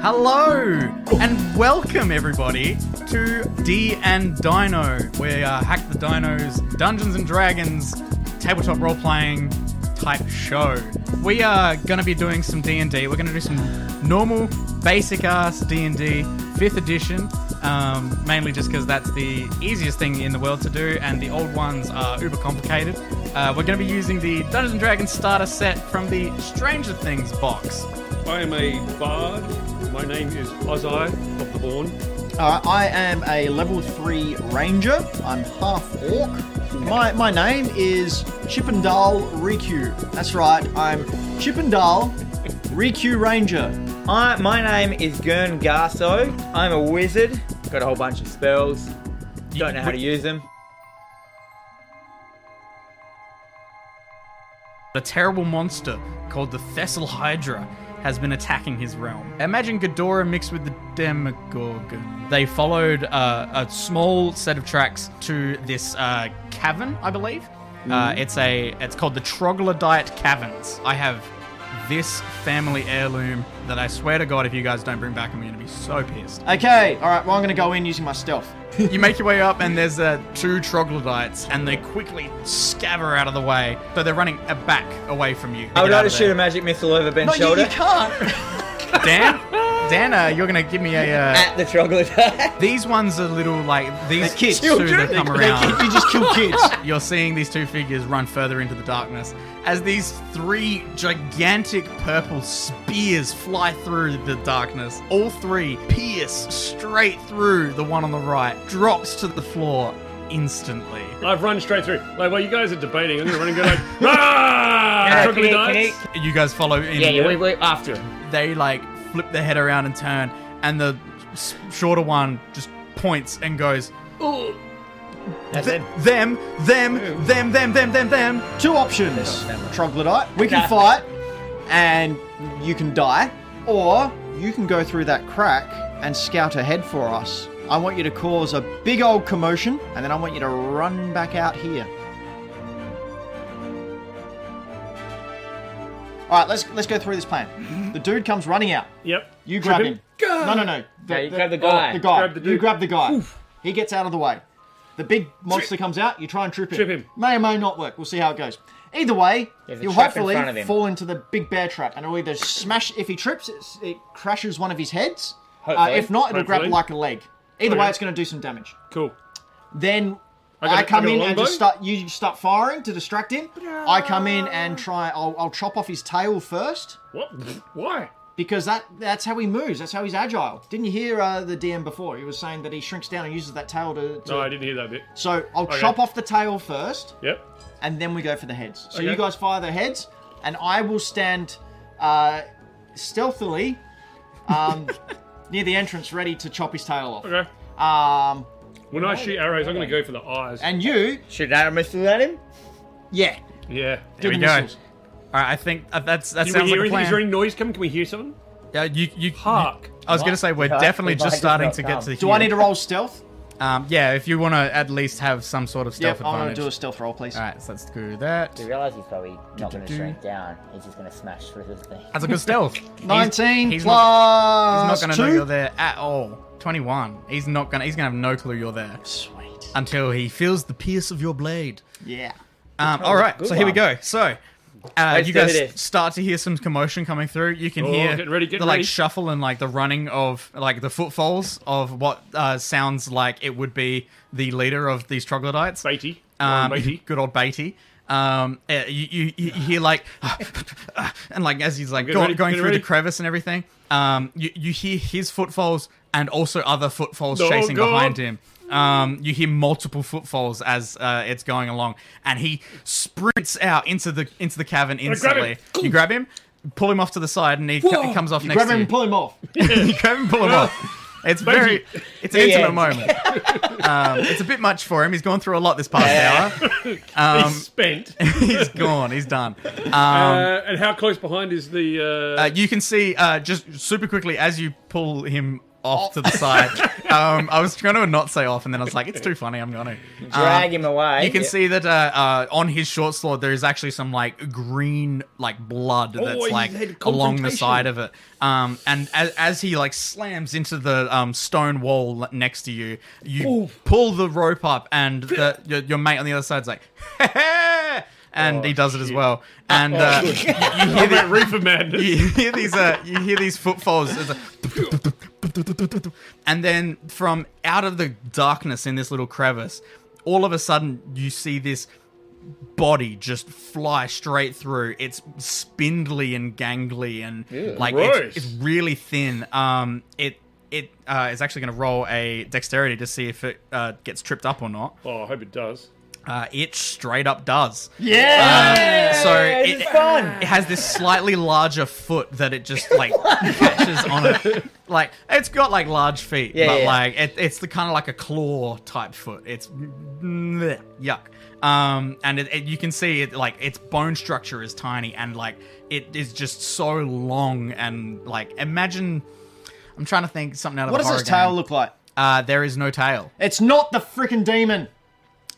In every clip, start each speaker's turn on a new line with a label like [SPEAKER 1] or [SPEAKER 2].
[SPEAKER 1] Hello and welcome everybody to D and Dino, where uh, Hack the Dinos Dungeons and Dragons tabletop role playing type show. We are going to be doing some D&D. We're going to do some normal basic ass D&D 5th edition. Um, mainly just because that's the easiest thing in the world to do, and the old ones are uber complicated. Uh, we're going to be using the Dungeons and Dragons starter set from the Stranger Things box.
[SPEAKER 2] I am a bard. My name is Ozai of the Born.
[SPEAKER 3] Uh, I am a level three ranger. I'm half orc. My my name is Chippendale Riku. That's right. I'm Chippendale Riku Ranger.
[SPEAKER 4] I, my name is Gern Garso. I'm a wizard. Got a whole bunch of spells. Don't know how to use them.
[SPEAKER 1] A terrible monster called the Thessal Hydra has been attacking his realm. Imagine Ghidorah mixed with the Demogorgon. They followed uh, a small set of tracks to this uh, cavern, I believe. Uh, it's a it's called the Troglodyte Caverns. I have this family heirloom that I swear to God, if you guys don't bring back, I'm going to be so pissed.
[SPEAKER 3] Okay. All right. Well, I'm gonna go in using my stealth.
[SPEAKER 1] You make your way up, and there's uh, two troglodytes, and they quickly scatter out of the way. So they're running a back away from you.
[SPEAKER 4] I would
[SPEAKER 1] Get out
[SPEAKER 4] like to
[SPEAKER 1] of
[SPEAKER 4] shoot
[SPEAKER 1] there.
[SPEAKER 4] a magic missile over Ben's
[SPEAKER 3] No, you,
[SPEAKER 4] shoulder
[SPEAKER 3] you can't.
[SPEAKER 1] Dan, Dan, uh, you're gonna give me a. Uh,
[SPEAKER 4] at the troglodyte.
[SPEAKER 1] these ones are little like these
[SPEAKER 3] They're kids.
[SPEAKER 1] two that come around.
[SPEAKER 3] you just kill kids.
[SPEAKER 1] You're seeing these two figures run further into the darkness as these three gigantic purple spears fly through the darkness. All three pierce straight through the one on the right, drops to the floor instantly.
[SPEAKER 2] I've run straight through. Like, while you guys are debating, I'm gonna run and go like, ah!
[SPEAKER 4] Yeah, can you- can
[SPEAKER 2] Troglodytes.
[SPEAKER 1] You guys follow in.
[SPEAKER 4] we after him.
[SPEAKER 1] they like flip their head around and turn, and the s- shorter one just points and goes,
[SPEAKER 4] That's it.
[SPEAKER 1] "Them, them, them, them, them, them, them."
[SPEAKER 3] Two options, troglodyte. We can fight, and you can die, or you can go through that crack and scout ahead for us. I want you to cause a big old commotion, and then I want you to run back out here. All right, let's let's go through this plan. The dude comes running out.
[SPEAKER 2] Yep.
[SPEAKER 3] You grab
[SPEAKER 2] Trip
[SPEAKER 3] him. No, no, no. The, oh,
[SPEAKER 4] Yeah, you grab the guy.
[SPEAKER 3] The guy.
[SPEAKER 2] Grab the
[SPEAKER 3] You
[SPEAKER 2] dude.
[SPEAKER 3] grab the guy. He gets out of the way. The big monster comes out. You try and trip him.
[SPEAKER 2] Trip him.
[SPEAKER 3] May or may not work. We'll see how it goes. Either way,
[SPEAKER 4] There's a
[SPEAKER 3] you'll
[SPEAKER 4] trap in
[SPEAKER 3] hopefully
[SPEAKER 4] front of him.
[SPEAKER 3] fall into the big bear trap, and it'll either smash. If he trips, it's, it crashes one of his heads. Uh,
[SPEAKER 4] Hopefully.
[SPEAKER 3] if not, it'll grab
[SPEAKER 2] Hopefully.
[SPEAKER 3] like a leg. Either
[SPEAKER 2] Okay.
[SPEAKER 3] way, it's going to do some damage.
[SPEAKER 2] Cool.
[SPEAKER 3] Then I,
[SPEAKER 2] got a- I
[SPEAKER 3] come
[SPEAKER 2] got a
[SPEAKER 3] in and
[SPEAKER 2] longbow?
[SPEAKER 3] just start. You start firing to distract him. I come in and try. I'll, I'll chop off his tail first
[SPEAKER 2] What? Why?
[SPEAKER 3] because that that's how he moves. That's how he's agile. Didn't you hear uh, the DM before? He was saying that he shrinks down and uses that tail to. to
[SPEAKER 2] No, Oh, I didn't hear that bit.
[SPEAKER 3] So I'll chop off the tail first,
[SPEAKER 2] Yep.
[SPEAKER 3] and then we go for the heads. So
[SPEAKER 2] Okay.
[SPEAKER 3] you guys fire the heads, and I will stand uh, stealthily um, near the entrance, ready to chop his tail off.
[SPEAKER 2] Okay.
[SPEAKER 3] Um,
[SPEAKER 2] When I shoot arrows, I'm gonna go for the eyes.
[SPEAKER 3] and you,
[SPEAKER 4] Shoot that missile at him.
[SPEAKER 3] yeah,
[SPEAKER 2] yeah.
[SPEAKER 1] There
[SPEAKER 3] do
[SPEAKER 1] we
[SPEAKER 3] the
[SPEAKER 1] go. All
[SPEAKER 3] missiles.
[SPEAKER 1] right, I think uh, that's that
[SPEAKER 2] Do we
[SPEAKER 1] sounds
[SPEAKER 2] hear
[SPEAKER 1] like a
[SPEAKER 2] anything? Is there any
[SPEAKER 1] plan.
[SPEAKER 2] noise coming? Can we hear something?
[SPEAKER 1] Yeah, you, you,
[SPEAKER 2] Hark.
[SPEAKER 1] I was gonna say we're
[SPEAKER 4] Because
[SPEAKER 1] definitely
[SPEAKER 4] the
[SPEAKER 1] just
[SPEAKER 4] light
[SPEAKER 1] starting
[SPEAKER 4] does
[SPEAKER 1] to
[SPEAKER 4] not
[SPEAKER 1] get
[SPEAKER 4] come.
[SPEAKER 1] to.
[SPEAKER 3] Do I need to roll stealth?
[SPEAKER 1] Um, yeah, if you want to at least have some sort of
[SPEAKER 3] Yeah,
[SPEAKER 1] stealth
[SPEAKER 3] I'm gonna
[SPEAKER 1] advantage.
[SPEAKER 3] do a stealth roll, please.
[SPEAKER 1] All right, so let's do that.
[SPEAKER 5] You realise he's probably not going
[SPEAKER 1] Do-do-do.
[SPEAKER 5] to shrink down. He's just going to smash through this thing.
[SPEAKER 1] That's a good stealth. He's-
[SPEAKER 3] Nineteen
[SPEAKER 1] he's not-
[SPEAKER 3] plus
[SPEAKER 1] He's not going to know
[SPEAKER 3] two.
[SPEAKER 1] you're there at all. 21. He's not going to he's going to have no clue you're there
[SPEAKER 3] Sweet.
[SPEAKER 1] until he feels the pierce of your blade.
[SPEAKER 3] Yeah.
[SPEAKER 1] Um, all right.
[SPEAKER 4] good
[SPEAKER 1] So here we
[SPEAKER 4] one.
[SPEAKER 1] go. So uh,
[SPEAKER 4] Let's
[SPEAKER 1] you
[SPEAKER 4] do
[SPEAKER 1] guys
[SPEAKER 4] this.
[SPEAKER 1] start to hear some commotion coming through. You can
[SPEAKER 2] Oh,
[SPEAKER 1] hear
[SPEAKER 2] getting ready, getting
[SPEAKER 1] the like
[SPEAKER 2] ready.
[SPEAKER 1] shuffle and like the running of like the footfalls of what uh, sounds like it would be the leader of these troglodytes.
[SPEAKER 2] Beatty.
[SPEAKER 1] Um,
[SPEAKER 2] Beatty.
[SPEAKER 1] good old Beatty. Um, eh, you, you, you hear like, ah, and like as he's like
[SPEAKER 2] Get
[SPEAKER 1] go-
[SPEAKER 2] ready,
[SPEAKER 1] going
[SPEAKER 2] get
[SPEAKER 1] through
[SPEAKER 2] ready.
[SPEAKER 1] the crevice and everything, um, you, you hear his footfalls and also other footfalls
[SPEAKER 2] Oh,
[SPEAKER 1] chasing
[SPEAKER 2] God.
[SPEAKER 1] behind him. Um, you hear multiple footfalls as uh, it's going along, and he sprints out into the into the cavern
[SPEAKER 2] grab him.
[SPEAKER 1] instantly. you grab him, pull him off to the side, and he, co- he comes off next
[SPEAKER 3] Grab
[SPEAKER 1] to
[SPEAKER 3] him
[SPEAKER 1] you.
[SPEAKER 3] and pull him off.
[SPEAKER 1] you grab him, pull him off. It's very, it's an
[SPEAKER 4] The
[SPEAKER 1] intimate
[SPEAKER 4] end.
[SPEAKER 1] moment. Um, it's a bit much for him. He's gone through a lot this past hour. Um,
[SPEAKER 2] He's spent.
[SPEAKER 1] he's gone. He's done. Um,
[SPEAKER 2] uh, and how close behind is the? Uh,
[SPEAKER 1] uh, you can see uh, just super quickly as you pull him off to the side. um, I was going to not say off, and then I was like, it's too funny. I'm going to
[SPEAKER 4] Drag him away.
[SPEAKER 1] Uh, You can see that uh, uh, on his short sword there is actually some like green like blood
[SPEAKER 2] Oh,
[SPEAKER 1] that's
[SPEAKER 2] he's
[SPEAKER 1] like
[SPEAKER 2] had
[SPEAKER 1] along the
[SPEAKER 2] confrontation.
[SPEAKER 1] side of it. Um, and as, as he like slams into the um, stone wall l- next to you, you pull the rope up, and the, your, your mate on the other side's like, and he does it as well. And uh, you, you hear the,
[SPEAKER 2] Combat oh, Reaper Madness.
[SPEAKER 1] you hear these uh, you hear these footfalls It's like- and then from out of the darkness in this little crevice all of a sudden you see this body just fly straight through it's spindly and gangly and like it's,
[SPEAKER 2] Gross.
[SPEAKER 1] it's really thin um it it uh, is actually going to roll a dexterity to see if it uh, gets tripped up or not.
[SPEAKER 2] Oh, I hope it does.
[SPEAKER 1] Uh, it straight up does.
[SPEAKER 4] Yeah.
[SPEAKER 1] Um, so it,
[SPEAKER 4] it's fun.
[SPEAKER 1] it has this slightly larger foot that it just like catches on it. Like it's got like large feet,
[SPEAKER 4] Yeah,
[SPEAKER 1] but
[SPEAKER 4] yeah.
[SPEAKER 1] like it, it's the kind of like a claw type foot. It's bleh, yuck. Um, and it, it, you can see it like its bone structure is tiny and like it is just so long and like imagine. I'm trying to think something out of
[SPEAKER 3] What
[SPEAKER 1] a
[SPEAKER 3] does
[SPEAKER 1] horror
[SPEAKER 3] his tail
[SPEAKER 1] game.
[SPEAKER 3] look like?
[SPEAKER 1] Uh, there is no tail.
[SPEAKER 3] It's not the freaking demon.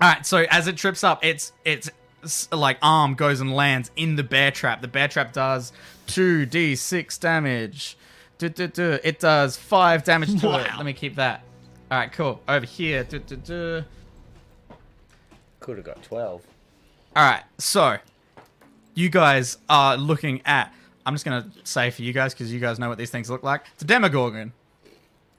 [SPEAKER 1] All right, so as it trips up, it's it's s- like arm goes and lands in the bear trap. The bear trap does two d six damage. Du- du- du. It does five damage to it. Let me keep that. All right, cool. Over here. Du- du- du.
[SPEAKER 5] Could have got 12.
[SPEAKER 1] All right, so you guys are looking at. I'm just gonna say for you guys because you guys know what these things look like. It's a demogorgon.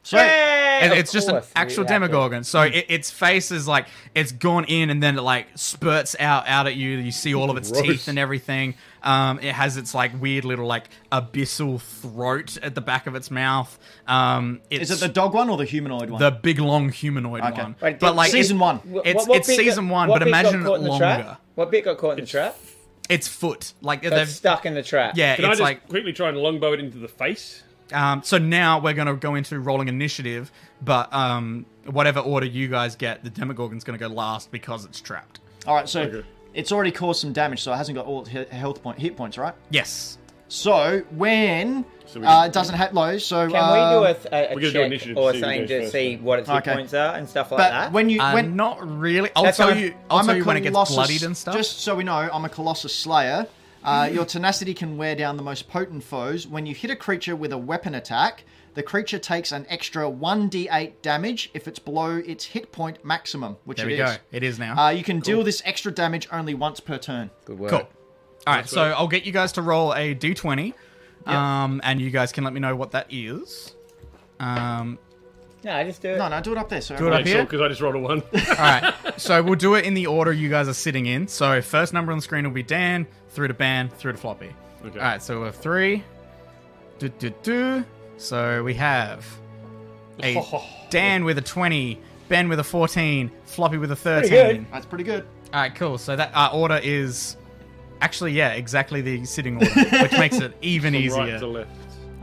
[SPEAKER 3] So
[SPEAKER 1] It-
[SPEAKER 4] Yay!
[SPEAKER 1] it's just an
[SPEAKER 5] course, we
[SPEAKER 1] actual
[SPEAKER 5] have to-
[SPEAKER 1] demogorgon. So it, its face is like it's gone in, and then it like spurts out out at you. You see all of its
[SPEAKER 2] Gross.
[SPEAKER 1] teeth and everything. Um, it has its like weird little like abyssal throat at the back of its mouth. Um, it's
[SPEAKER 3] is it the dog one or the humanoid one?
[SPEAKER 1] the big long humanoid
[SPEAKER 3] Okay.
[SPEAKER 1] one?
[SPEAKER 4] Wait,
[SPEAKER 1] But
[SPEAKER 4] did-
[SPEAKER 1] like it-
[SPEAKER 3] Season one.
[SPEAKER 4] Wh-
[SPEAKER 1] it's- it's
[SPEAKER 4] bit got-
[SPEAKER 1] season one,
[SPEAKER 4] what
[SPEAKER 1] but
[SPEAKER 4] bit got
[SPEAKER 1] imagine
[SPEAKER 4] caught in
[SPEAKER 1] it
[SPEAKER 4] the trap?
[SPEAKER 1] longer.
[SPEAKER 4] What bit got caught in the trap?
[SPEAKER 1] its foot. Like
[SPEAKER 4] Got
[SPEAKER 1] they've
[SPEAKER 4] stuck in the trap.
[SPEAKER 1] yeah,
[SPEAKER 2] Can I
[SPEAKER 1] it's
[SPEAKER 2] just
[SPEAKER 1] like
[SPEAKER 2] quickly try and longbow it into the face?
[SPEAKER 1] Um, so now we're going to go into rolling initiative, but um, whatever order you guys get, the Demogorgon's going to go last because it's trapped.
[SPEAKER 3] All right, so
[SPEAKER 2] Okay.
[SPEAKER 3] it's already caused some damage, so it hasn't got all he- health point hit points, right?
[SPEAKER 1] Yes.
[SPEAKER 3] So when
[SPEAKER 2] we-
[SPEAKER 3] uh, it doesn't have lows, so
[SPEAKER 4] Can
[SPEAKER 3] um,
[SPEAKER 4] we do a, a,
[SPEAKER 2] We're
[SPEAKER 4] a
[SPEAKER 2] gonna do
[SPEAKER 4] check
[SPEAKER 2] initiative to
[SPEAKER 4] or
[SPEAKER 2] see who
[SPEAKER 4] something
[SPEAKER 2] goes
[SPEAKER 4] to
[SPEAKER 2] first,
[SPEAKER 4] see
[SPEAKER 2] then.
[SPEAKER 4] what its hit
[SPEAKER 3] Okay.
[SPEAKER 4] points are and stuff like
[SPEAKER 3] But
[SPEAKER 4] that?
[SPEAKER 3] when you
[SPEAKER 1] Uh,
[SPEAKER 3] when
[SPEAKER 1] not really. I'll
[SPEAKER 4] That's
[SPEAKER 1] tell
[SPEAKER 4] fine.
[SPEAKER 1] you. I'll
[SPEAKER 3] I'm
[SPEAKER 1] tell
[SPEAKER 3] a
[SPEAKER 1] you when it gets
[SPEAKER 3] Colossus-
[SPEAKER 1] bloodied and stuff.
[SPEAKER 3] Just so we know, I'm a Colossus Slayer. Uh, your tenacity can wear down the most potent foes. When you hit a creature with a weapon attack, the creature takes an extra 1d8 damage if it's below its hit point maximum, which
[SPEAKER 1] there
[SPEAKER 3] it
[SPEAKER 1] we
[SPEAKER 3] is.
[SPEAKER 1] go. It is now.
[SPEAKER 3] Uh, you can deal this extra damage only once per turn.
[SPEAKER 4] Good work.
[SPEAKER 1] cool. All right. So I'll get you guys to roll a d20, um, and you guys can let me know what that is. Um,
[SPEAKER 4] No, just do it.
[SPEAKER 3] No, no, do it up there. So
[SPEAKER 1] do it up here.
[SPEAKER 2] Because I just rolled a one.
[SPEAKER 1] All right. So we'll do it in the order you guys are sitting in. So first number on the screen will be Dan, through to Ban, through to Floppy.
[SPEAKER 2] Okay.
[SPEAKER 1] All right. So we have three. Do, do, do. So we have a Dan with a 20, Ben with a 14, Floppy with a 13.
[SPEAKER 4] good.
[SPEAKER 3] That's pretty good.
[SPEAKER 1] All right. Cool. So that our order is actually, yeah, exactly the sitting order, which makes it even easier.
[SPEAKER 2] Right to left.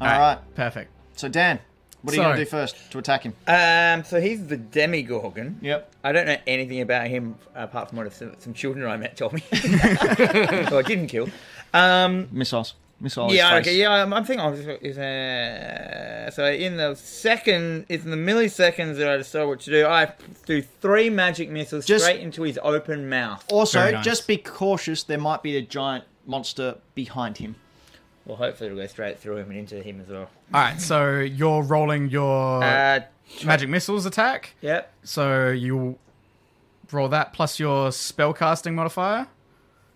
[SPEAKER 3] All right.
[SPEAKER 1] Perfect.
[SPEAKER 3] So, Dan, what are you going
[SPEAKER 1] So-
[SPEAKER 3] to do first to attack him?
[SPEAKER 4] Um, so he's the demigorgon.
[SPEAKER 3] Uh, Yep.
[SPEAKER 4] I don't know anything about him apart from what some, some children I met told me. so I didn't kill. Um,
[SPEAKER 3] Missiles. Missiles.
[SPEAKER 4] yeah, okay, yeah. I'm, I'm thinking. of- Is, uh, so in the second, it's in the milliseconds that I decide what to do. I do three magic missiles
[SPEAKER 3] Just-
[SPEAKER 4] straight into his open mouth.
[SPEAKER 3] Also,
[SPEAKER 1] Very nice.
[SPEAKER 3] just be cautious. There might be a giant monster behind him.
[SPEAKER 4] Well, hopefully it'll go straight through him and into him as well.
[SPEAKER 1] All right. So you're rolling your
[SPEAKER 4] Uh,
[SPEAKER 1] magic missiles attack.
[SPEAKER 4] yep.
[SPEAKER 1] So you roll that plus your spellcasting modifier.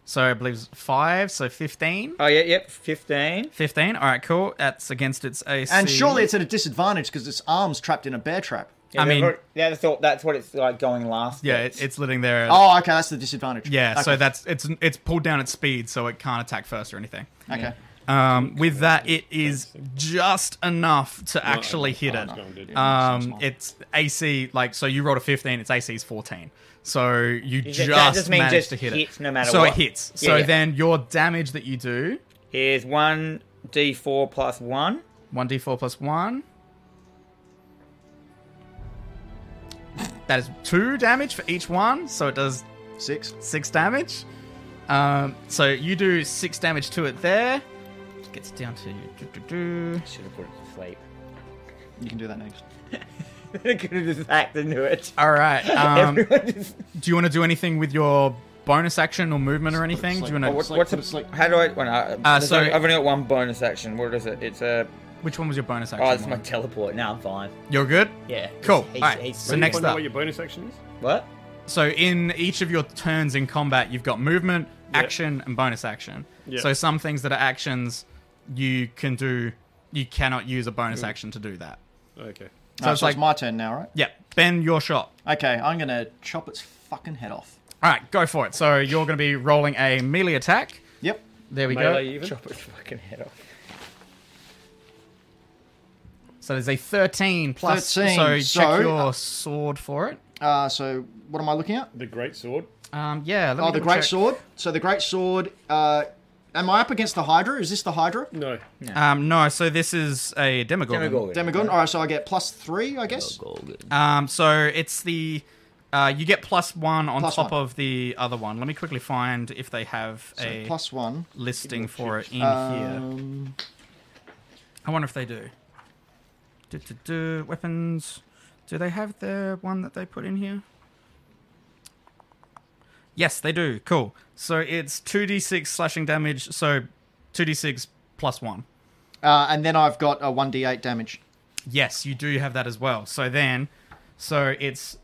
[SPEAKER 1] So I believe it's five, so fifteen.
[SPEAKER 4] Oh, yeah, yep. Fifteen.
[SPEAKER 1] Fifteen. All right, cool. That's against its AC.
[SPEAKER 3] And surely it's at a disadvantage because its arm's trapped in a bear trap.
[SPEAKER 1] I mean-
[SPEAKER 4] yeah, that's, all, that's what it's like going last.
[SPEAKER 1] yeah,
[SPEAKER 4] against.
[SPEAKER 1] it, it's living there.
[SPEAKER 3] Oh, okay, that's the disadvantage.
[SPEAKER 1] yeah.
[SPEAKER 3] okay.
[SPEAKER 1] So that's it's it's pulled down its speed, so it can't attack first or anything.
[SPEAKER 3] okay.
[SPEAKER 1] Um, with that, it is just enough to actually hit it.
[SPEAKER 2] Oh, it's going good.
[SPEAKER 1] Um, it's AC like so. You rolled a fifteen. Its AC is fourteen. So you
[SPEAKER 4] ju-
[SPEAKER 1] just,
[SPEAKER 4] that just means
[SPEAKER 1] managed
[SPEAKER 4] just
[SPEAKER 1] to hit
[SPEAKER 4] hits
[SPEAKER 1] it.
[SPEAKER 4] no matter
[SPEAKER 1] so
[SPEAKER 4] what.
[SPEAKER 1] it hits.
[SPEAKER 4] Yeah,
[SPEAKER 1] So
[SPEAKER 4] yeah.
[SPEAKER 1] then your damage that you do
[SPEAKER 4] Here's one d4 plus one.
[SPEAKER 1] 1d4 plus 1. That is 2 damage for each one, so it does
[SPEAKER 3] Six.
[SPEAKER 1] 6 damage. Um, so you do 6 damage to it there. Gets down to. do, do, do.
[SPEAKER 5] Should have put it to sleep.
[SPEAKER 3] You can do that next.
[SPEAKER 4] Could have just hacked into it.
[SPEAKER 1] All right. Um, do
[SPEAKER 4] Everyone just,
[SPEAKER 1] you want to do anything with your bonus action or movement or anything? Do you
[SPEAKER 3] Oh,
[SPEAKER 1] want
[SPEAKER 3] what-
[SPEAKER 1] to?
[SPEAKER 3] like-
[SPEAKER 4] what's
[SPEAKER 3] it's
[SPEAKER 4] a,
[SPEAKER 3] like-
[SPEAKER 4] how do I? Well, no, there's
[SPEAKER 1] so-
[SPEAKER 4] only- I've only got one bonus action. What is it? It's a.
[SPEAKER 1] Which one was your bonus action?
[SPEAKER 4] Oh, it's my
[SPEAKER 1] Mike?
[SPEAKER 4] teleport.
[SPEAKER 5] No, I'm fine.
[SPEAKER 1] You're good.
[SPEAKER 5] Yeah.
[SPEAKER 1] Cool.
[SPEAKER 5] He's-
[SPEAKER 1] Alright,
[SPEAKER 5] he's-
[SPEAKER 1] so
[SPEAKER 2] Ready to
[SPEAKER 1] next
[SPEAKER 2] find out
[SPEAKER 1] up.
[SPEAKER 2] what your bonus action is?
[SPEAKER 4] What?
[SPEAKER 1] So in each of your turns in combat, you've got movement,
[SPEAKER 2] Yeah.
[SPEAKER 1] action, and bonus action.
[SPEAKER 2] Yeah.
[SPEAKER 1] So some things that are actions, you can do. You cannot use a bonus action to do that.
[SPEAKER 2] Okay.
[SPEAKER 1] So
[SPEAKER 3] Uh,
[SPEAKER 1] it's
[SPEAKER 3] so
[SPEAKER 1] like,
[SPEAKER 3] it's my turn now, right?
[SPEAKER 1] yeah, Ben, your shot.
[SPEAKER 3] Okay, I'm gonna chop its fucking head off.
[SPEAKER 1] All right, go for it. So you're going to be rolling a melee attack.
[SPEAKER 3] Yep.
[SPEAKER 1] There we
[SPEAKER 2] Melee
[SPEAKER 1] go.
[SPEAKER 2] even?
[SPEAKER 4] Chop its fucking head off.
[SPEAKER 1] So there's a 13 plus.
[SPEAKER 3] 13,
[SPEAKER 1] So check
[SPEAKER 3] so-
[SPEAKER 1] your sword for it.
[SPEAKER 3] Uh, so what am I looking at?
[SPEAKER 2] The great sword.
[SPEAKER 1] Um, yeah. Let
[SPEAKER 3] Oh,
[SPEAKER 1] me
[SPEAKER 3] the
[SPEAKER 1] double
[SPEAKER 3] great
[SPEAKER 1] check.
[SPEAKER 3] sword. So the great sword. Uh, am I up against the Hydra? Is this the Hydra?
[SPEAKER 2] No.
[SPEAKER 1] Um, no, so this is a demogorgon.
[SPEAKER 5] Demogorgon.
[SPEAKER 3] Demogorgon. All right, so I get plus three, I
[SPEAKER 5] Oh,
[SPEAKER 3] guess.
[SPEAKER 5] Demogorgon.
[SPEAKER 1] Um, so it's the uh, you get plus one on
[SPEAKER 3] Plus
[SPEAKER 1] top
[SPEAKER 3] one.
[SPEAKER 1] of the other one. Let me quickly find if they have
[SPEAKER 3] So
[SPEAKER 1] a
[SPEAKER 3] plus one.
[SPEAKER 1] listing for it in here.
[SPEAKER 3] Um,
[SPEAKER 1] I wonder if they do. Do, do, do. Weapons. Do they have the one that they put in here? Yes, they do. Cool. So it's 2d6 slashing damage. So 2d6 plus 1.
[SPEAKER 3] uh, and then I've got a one d eight damage.
[SPEAKER 1] Yes, you do have that as well. So then, so it's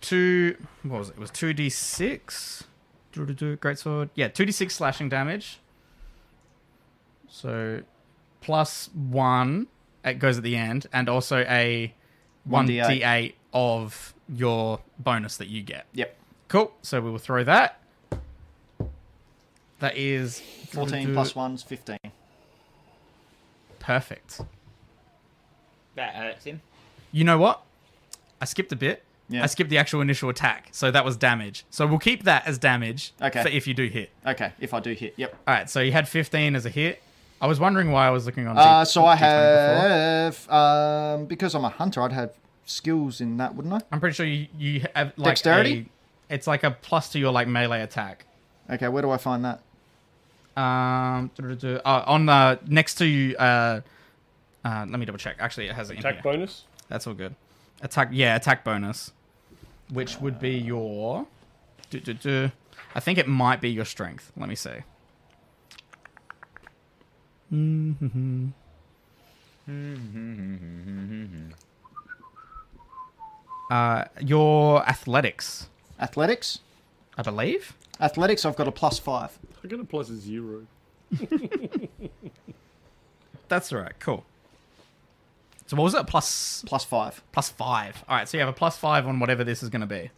[SPEAKER 1] two. What was it? It was two d six. Great sword. Yeah, two d six slashing damage. So plus one. It goes at the end, and also a one d
[SPEAKER 3] 1d8.
[SPEAKER 1] eight of your bonus that you get.
[SPEAKER 3] Yep.
[SPEAKER 1] Cool. So we will throw that. That is
[SPEAKER 3] Fourteen plus one's fifteen.
[SPEAKER 1] Perfect.
[SPEAKER 5] That hurts him.
[SPEAKER 1] You know what? I skipped a bit.
[SPEAKER 3] Yeah.
[SPEAKER 1] I skipped the actual initial attack, so that was damage. So we'll keep that as damage
[SPEAKER 3] Okay.
[SPEAKER 1] for if you do hit.
[SPEAKER 3] Okay, if I do hit. Yep.
[SPEAKER 1] All right, so you had 15 as a hit. I was wondering why I was looking on.
[SPEAKER 3] Uh,
[SPEAKER 1] D-
[SPEAKER 3] so I
[SPEAKER 1] D20 before.
[SPEAKER 3] have um, because I'm a hunter, I'd have skills in that, wouldn't
[SPEAKER 1] I'm pretty sure you, you have like
[SPEAKER 3] Dexterity?
[SPEAKER 1] a- it's like a plus to your like melee attack.
[SPEAKER 3] I? Okay, where do I find that?
[SPEAKER 1] Um, uh, on the next to uh, uh, let me double check. Actually, it has it in
[SPEAKER 2] Attack
[SPEAKER 1] here.
[SPEAKER 2] bonus.
[SPEAKER 1] That's all good. Attack, yeah, attack bonus, which would be your. Du, du, du. I think it might be your strength. Let me see. Mhm. uh, your athletics,
[SPEAKER 3] Athletics.
[SPEAKER 1] I believe.
[SPEAKER 3] Athletics. I've got a plus five.
[SPEAKER 2] I got a plus zero.
[SPEAKER 1] That's all right. Cool. So what was it? Plus
[SPEAKER 3] Plus five.
[SPEAKER 1] plus five. All right. So you have a plus five on whatever this is going to be.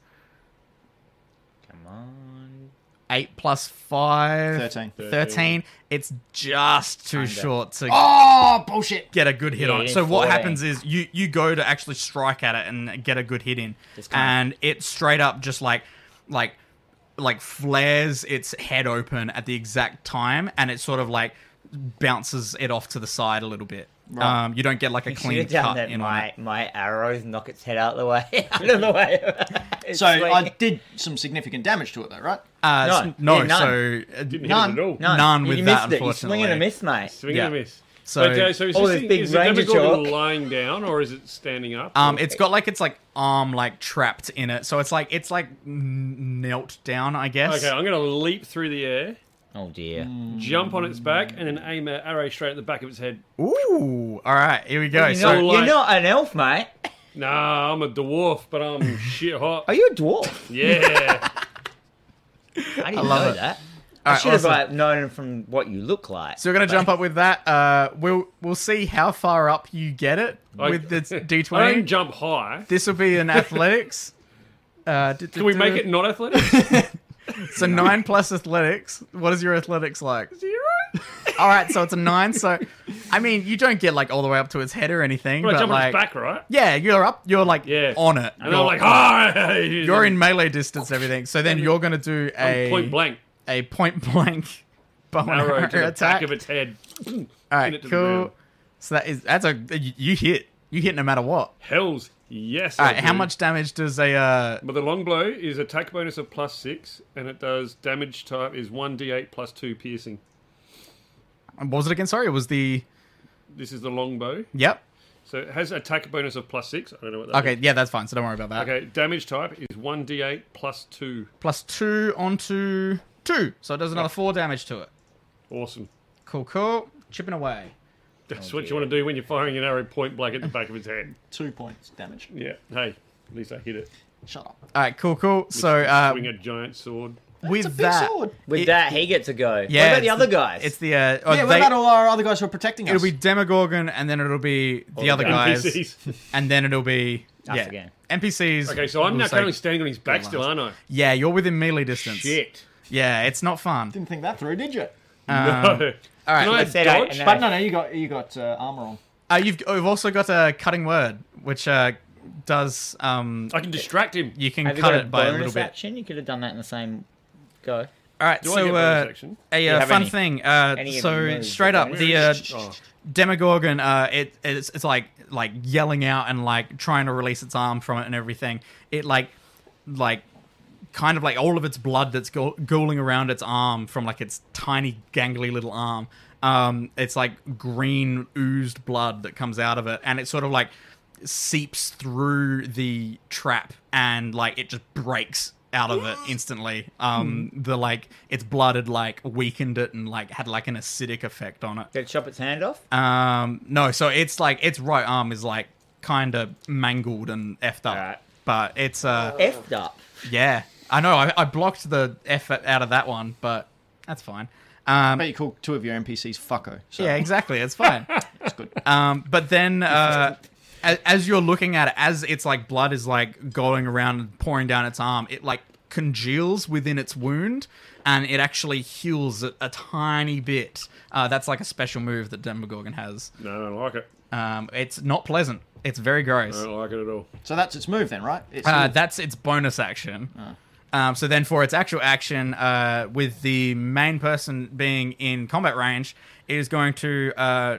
[SPEAKER 5] Come on.
[SPEAKER 1] Eight plus five.
[SPEAKER 3] Thirteen.
[SPEAKER 1] 13. It's just too
[SPEAKER 5] Kinda.
[SPEAKER 1] short to
[SPEAKER 3] Oh bullshit!
[SPEAKER 1] get a good hit
[SPEAKER 5] Yeah,
[SPEAKER 1] on it.
[SPEAKER 5] it's
[SPEAKER 1] So what
[SPEAKER 5] 14.
[SPEAKER 1] happens is you you go to actually strike at it and get a good hit in,
[SPEAKER 5] Just kinda-
[SPEAKER 1] and it straight up just like like like flares its head open at the exact time, and it sort of like bounces it off to the side a little bit.
[SPEAKER 3] Right.
[SPEAKER 1] Um, you don't get like a
[SPEAKER 5] You should
[SPEAKER 1] clean
[SPEAKER 5] have done
[SPEAKER 1] cut
[SPEAKER 5] that.
[SPEAKER 1] in on
[SPEAKER 5] My,
[SPEAKER 1] it.
[SPEAKER 5] my arrows knock its head out of the way. out of the way. It's
[SPEAKER 3] So
[SPEAKER 5] like-
[SPEAKER 3] I did some significant damage to it, though, right?
[SPEAKER 1] Uh, s- no,
[SPEAKER 5] yeah, none.
[SPEAKER 1] so uh,
[SPEAKER 2] Didn't
[SPEAKER 3] None.
[SPEAKER 2] hit it at all.
[SPEAKER 1] No. None with
[SPEAKER 5] you
[SPEAKER 1] that,
[SPEAKER 5] missed it. You swing and a
[SPEAKER 1] unfortunately.
[SPEAKER 5] miss, mate.
[SPEAKER 2] Swing and
[SPEAKER 1] Yeah.
[SPEAKER 2] a miss.
[SPEAKER 1] So-
[SPEAKER 2] but, uh, so is,
[SPEAKER 5] Oh,
[SPEAKER 2] this
[SPEAKER 5] this
[SPEAKER 2] thing,
[SPEAKER 5] big
[SPEAKER 2] is the
[SPEAKER 5] ranger
[SPEAKER 2] Demogorgon
[SPEAKER 5] jock.
[SPEAKER 2] lying down or is it standing up?
[SPEAKER 1] Um,
[SPEAKER 2] Or-
[SPEAKER 1] it's got like its like arm like trapped in it, so it's like it's like n- knelt down, I guess.
[SPEAKER 2] Okay, I'm going to leap through the air,
[SPEAKER 5] Oh dear.
[SPEAKER 2] jump on its back, and then aim an arrow straight at the back of its head.
[SPEAKER 1] Ooh, all right, here we go.
[SPEAKER 5] You're,
[SPEAKER 1] so
[SPEAKER 5] not,
[SPEAKER 2] like-
[SPEAKER 5] you're not an elf, mate.
[SPEAKER 2] Nah, I'm a dwarf, but I'm shit hot.
[SPEAKER 5] Are you a dwarf?
[SPEAKER 2] Yeah.
[SPEAKER 5] I didn't
[SPEAKER 1] love
[SPEAKER 5] know
[SPEAKER 1] it.
[SPEAKER 5] that.
[SPEAKER 1] All
[SPEAKER 5] I
[SPEAKER 1] right,
[SPEAKER 5] should have
[SPEAKER 1] awesome.
[SPEAKER 5] like, known from what you look like.
[SPEAKER 1] So we're gonna jump up with that. Uh, we'll we'll see how far up you get it
[SPEAKER 2] I-
[SPEAKER 1] with the D
[SPEAKER 2] I don't
[SPEAKER 1] twenty.
[SPEAKER 2] jump high.
[SPEAKER 1] This will be an athletics. Uh,
[SPEAKER 2] Can we make it not athletic?
[SPEAKER 1] It's a nine plus athletics. What is your athletics like?
[SPEAKER 2] Zero?
[SPEAKER 1] All right, so it's a nine. So, I mean, you don't get like all the way up to its head or anything,
[SPEAKER 2] Well, I
[SPEAKER 1] but
[SPEAKER 2] jump on
[SPEAKER 1] like,
[SPEAKER 2] its back, right?
[SPEAKER 1] yeah, you're up. You're like
[SPEAKER 2] Yeah.
[SPEAKER 1] on it.
[SPEAKER 2] And
[SPEAKER 1] You're-
[SPEAKER 2] I'm like, hi!
[SPEAKER 1] You're in melee distance, and everything. So then you're gonna do a
[SPEAKER 2] Point blank.
[SPEAKER 1] a point blank bow and
[SPEAKER 2] Arrow to the
[SPEAKER 1] arrow attack.
[SPEAKER 2] back of its head.
[SPEAKER 1] All
[SPEAKER 2] Pin it
[SPEAKER 1] right,
[SPEAKER 2] to the
[SPEAKER 1] cool.
[SPEAKER 2] ground.
[SPEAKER 1] So that is that's a you you hit you hit no matter what.
[SPEAKER 2] Hells, yes.
[SPEAKER 1] All
[SPEAKER 2] I
[SPEAKER 1] right, how
[SPEAKER 2] do.
[SPEAKER 1] much damage does a uh,
[SPEAKER 2] But the long blow is attack bonus of plus six, and it does damage type is one d8 plus two piercing.
[SPEAKER 1] what was it again? Sorry, it was the
[SPEAKER 2] This is the long bow.
[SPEAKER 1] yep.
[SPEAKER 2] So it has attack bonus of plus six. I don't know what that
[SPEAKER 1] Okay, yeah, that's fine. So don't worry about that.
[SPEAKER 2] is. Okay, damage type is 1d8 plus 2.
[SPEAKER 1] Plus two onto two, so it does another four damage to it.
[SPEAKER 2] Awesome.
[SPEAKER 1] Cool, cool. Chipping away.
[SPEAKER 2] That's what you want to do when you're firing an arrow point blank at the back of his head.
[SPEAKER 3] Two points damage.
[SPEAKER 2] Yeah. Hey, at least I hit it.
[SPEAKER 3] Shut up.
[SPEAKER 1] All right, cool, cool. So uh,
[SPEAKER 2] Swing a giant sword.
[SPEAKER 1] with
[SPEAKER 3] it's a big
[SPEAKER 1] that,
[SPEAKER 3] sword.
[SPEAKER 5] With
[SPEAKER 1] It-
[SPEAKER 5] that, he gets a go.
[SPEAKER 1] yeah,
[SPEAKER 5] what about the
[SPEAKER 1] it's
[SPEAKER 5] other guys?
[SPEAKER 1] It's the uh, oh,
[SPEAKER 3] Yeah, what
[SPEAKER 1] they-
[SPEAKER 3] about all our other guys who are protecting us?
[SPEAKER 1] it'll be Demogorgon, and then it'll be the other guys,
[SPEAKER 2] NPCs.
[SPEAKER 1] and then it'll be
[SPEAKER 5] Us
[SPEAKER 1] yeah
[SPEAKER 5] again.
[SPEAKER 1] NPCs.
[SPEAKER 2] Okay, so I'm
[SPEAKER 1] will
[SPEAKER 2] now
[SPEAKER 1] say-
[SPEAKER 2] currently standing on his back still, aren't I?
[SPEAKER 1] yeah, you're within melee distance.
[SPEAKER 2] Shit.
[SPEAKER 1] Yeah, it's not fun.
[SPEAKER 3] Didn't think that through, did you?
[SPEAKER 1] Um,
[SPEAKER 2] no.
[SPEAKER 1] all right,
[SPEAKER 2] Can I
[SPEAKER 5] I said I-
[SPEAKER 2] dodge?
[SPEAKER 5] and I-
[SPEAKER 3] But no, no, you got you got uh, armor on.
[SPEAKER 1] Uh, you've, you've also got a cutting word, which uh, does um,
[SPEAKER 2] I can distract him.
[SPEAKER 1] you can
[SPEAKER 5] Have you
[SPEAKER 1] cut
[SPEAKER 5] got
[SPEAKER 1] it by a
[SPEAKER 5] bonus
[SPEAKER 1] little bit.
[SPEAKER 5] action? You could have done that in the same go.
[SPEAKER 1] All right,
[SPEAKER 2] Do I get
[SPEAKER 1] so
[SPEAKER 2] bonus
[SPEAKER 1] uh,
[SPEAKER 2] action?
[SPEAKER 1] a
[SPEAKER 5] you
[SPEAKER 1] uh,
[SPEAKER 5] have
[SPEAKER 1] fun
[SPEAKER 5] any?
[SPEAKER 1] thing. Uh,
[SPEAKER 5] Any of your
[SPEAKER 1] so
[SPEAKER 5] moves
[SPEAKER 1] straight
[SPEAKER 5] or
[SPEAKER 1] up, the uh,
[SPEAKER 2] Oh.
[SPEAKER 1] Demogorgon, uh, it it's, it's like like yelling out and like trying to release its arm from it and everything. It like like kind of like all of its blood that's go- ghouling around its arm from like its tiny gangly little arm. Um, it's like green oozed blood that comes out of it, and it sort of like seeps through the trap and like it just breaks out of it instantly. Um, the like its blood had like weakened it and like had like an acidic effect on it.
[SPEAKER 5] Did it chop its hand off?
[SPEAKER 1] Um, no, so it's like its right arm is like kind of mangled and effed up,
[SPEAKER 5] Alright.
[SPEAKER 1] but it's uh,
[SPEAKER 5] Effed up.
[SPEAKER 1] yeah, I know. I, I blocked the effort out of that one, but that's fine. Um,
[SPEAKER 3] But you call two of your NPCs fucko. So
[SPEAKER 1] yeah, exactly. It's fine.
[SPEAKER 3] it's good.
[SPEAKER 1] Um, but then, uh, as, as you're looking at it, as its like blood is like going around and pouring down its arm, it like congeals within its wound, and it actually heals a, a tiny bit. Uh, that's like a special move that Demogorgon has.
[SPEAKER 2] No, I don't like it.
[SPEAKER 1] Um, it's not pleasant. It's very
[SPEAKER 2] I
[SPEAKER 1] gross.
[SPEAKER 2] don't like it at all.
[SPEAKER 3] So that's its move then, right? It's
[SPEAKER 1] Uh, that's its bonus action.
[SPEAKER 5] Ah.
[SPEAKER 1] Um, so then, for its actual action, uh, with the main person being in combat range, it is going to uh,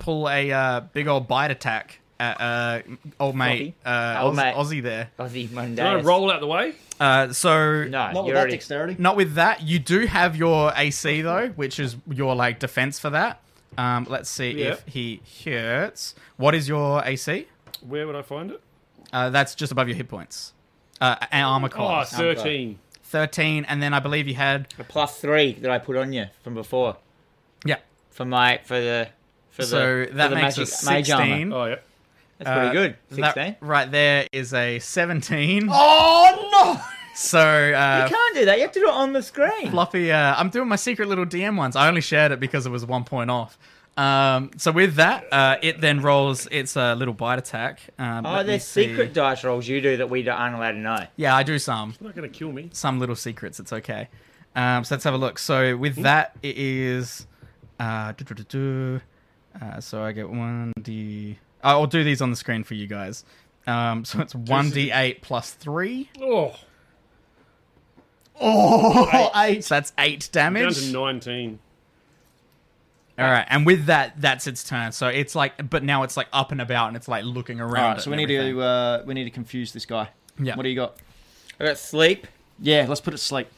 [SPEAKER 1] pull a uh, big old bite attack at uh, old mate, uh,
[SPEAKER 5] Old
[SPEAKER 1] Oz-
[SPEAKER 5] mate.
[SPEAKER 1] Aussie there.
[SPEAKER 5] Aussie Monday.
[SPEAKER 2] Can I roll out the way?
[SPEAKER 1] Uh, so
[SPEAKER 5] No,
[SPEAKER 3] not with
[SPEAKER 5] you're
[SPEAKER 3] that
[SPEAKER 5] already.
[SPEAKER 3] dexterity.
[SPEAKER 1] not with that. You do have your AC though, which is your like defense for that. Um, let's see
[SPEAKER 2] Yeah.
[SPEAKER 1] if he hurts. What is your AC?
[SPEAKER 2] Where would I find it?
[SPEAKER 1] Uh, that's just above your hit points. Uh, and armor
[SPEAKER 2] Oh,
[SPEAKER 1] class.
[SPEAKER 2] 13.
[SPEAKER 1] 13 and then i believe you had
[SPEAKER 5] The plus three that I put on you from before
[SPEAKER 1] yeah
[SPEAKER 5] for my for the for
[SPEAKER 1] so
[SPEAKER 5] the for
[SPEAKER 1] that
[SPEAKER 5] the
[SPEAKER 1] makes
[SPEAKER 5] magic,
[SPEAKER 1] us
[SPEAKER 5] mage armor.
[SPEAKER 1] 16
[SPEAKER 2] Oh, yeah.
[SPEAKER 5] That's pretty
[SPEAKER 1] Uh,
[SPEAKER 5] good.
[SPEAKER 1] That
[SPEAKER 5] Sixteen.
[SPEAKER 1] right there is a 17
[SPEAKER 3] Oh
[SPEAKER 1] so uh
[SPEAKER 5] you can't do that. You have to do it on the screen.
[SPEAKER 1] floppy uh, i'm doing my secret little dm ones i only shared it because it was one point off um so with that uh it then rolls its uh, little bite attack um,
[SPEAKER 5] Oh,
[SPEAKER 1] let me
[SPEAKER 5] there's
[SPEAKER 1] see.
[SPEAKER 5] secret dice rolls you do that we aren't allowed to know.
[SPEAKER 1] yeah i do some
[SPEAKER 2] It's not going to kill me.
[SPEAKER 1] some little secrets. It's okay. Um, so let's have a look. So
[SPEAKER 5] Hmm?
[SPEAKER 1] with that, it is. Uh, du-du-du-du. uh, so I get one d. I'll do these on the screen for you guys. Um, so it's one d eight plus three.
[SPEAKER 2] Oh,
[SPEAKER 3] no! Oh, eight.
[SPEAKER 1] So that's eight
[SPEAKER 2] down
[SPEAKER 1] damage.
[SPEAKER 2] to 19.
[SPEAKER 1] All right, and with that, that's its turn. So it's like, but now it's like up and about, and it's like looking around.
[SPEAKER 3] All right,
[SPEAKER 1] it
[SPEAKER 3] so we
[SPEAKER 1] and
[SPEAKER 3] need
[SPEAKER 1] everything.
[SPEAKER 3] to uh, we need to confuse this guy.
[SPEAKER 1] Yeah.
[SPEAKER 3] What do you got?
[SPEAKER 5] I got sleep.
[SPEAKER 3] Yeah, let's put it to sleep.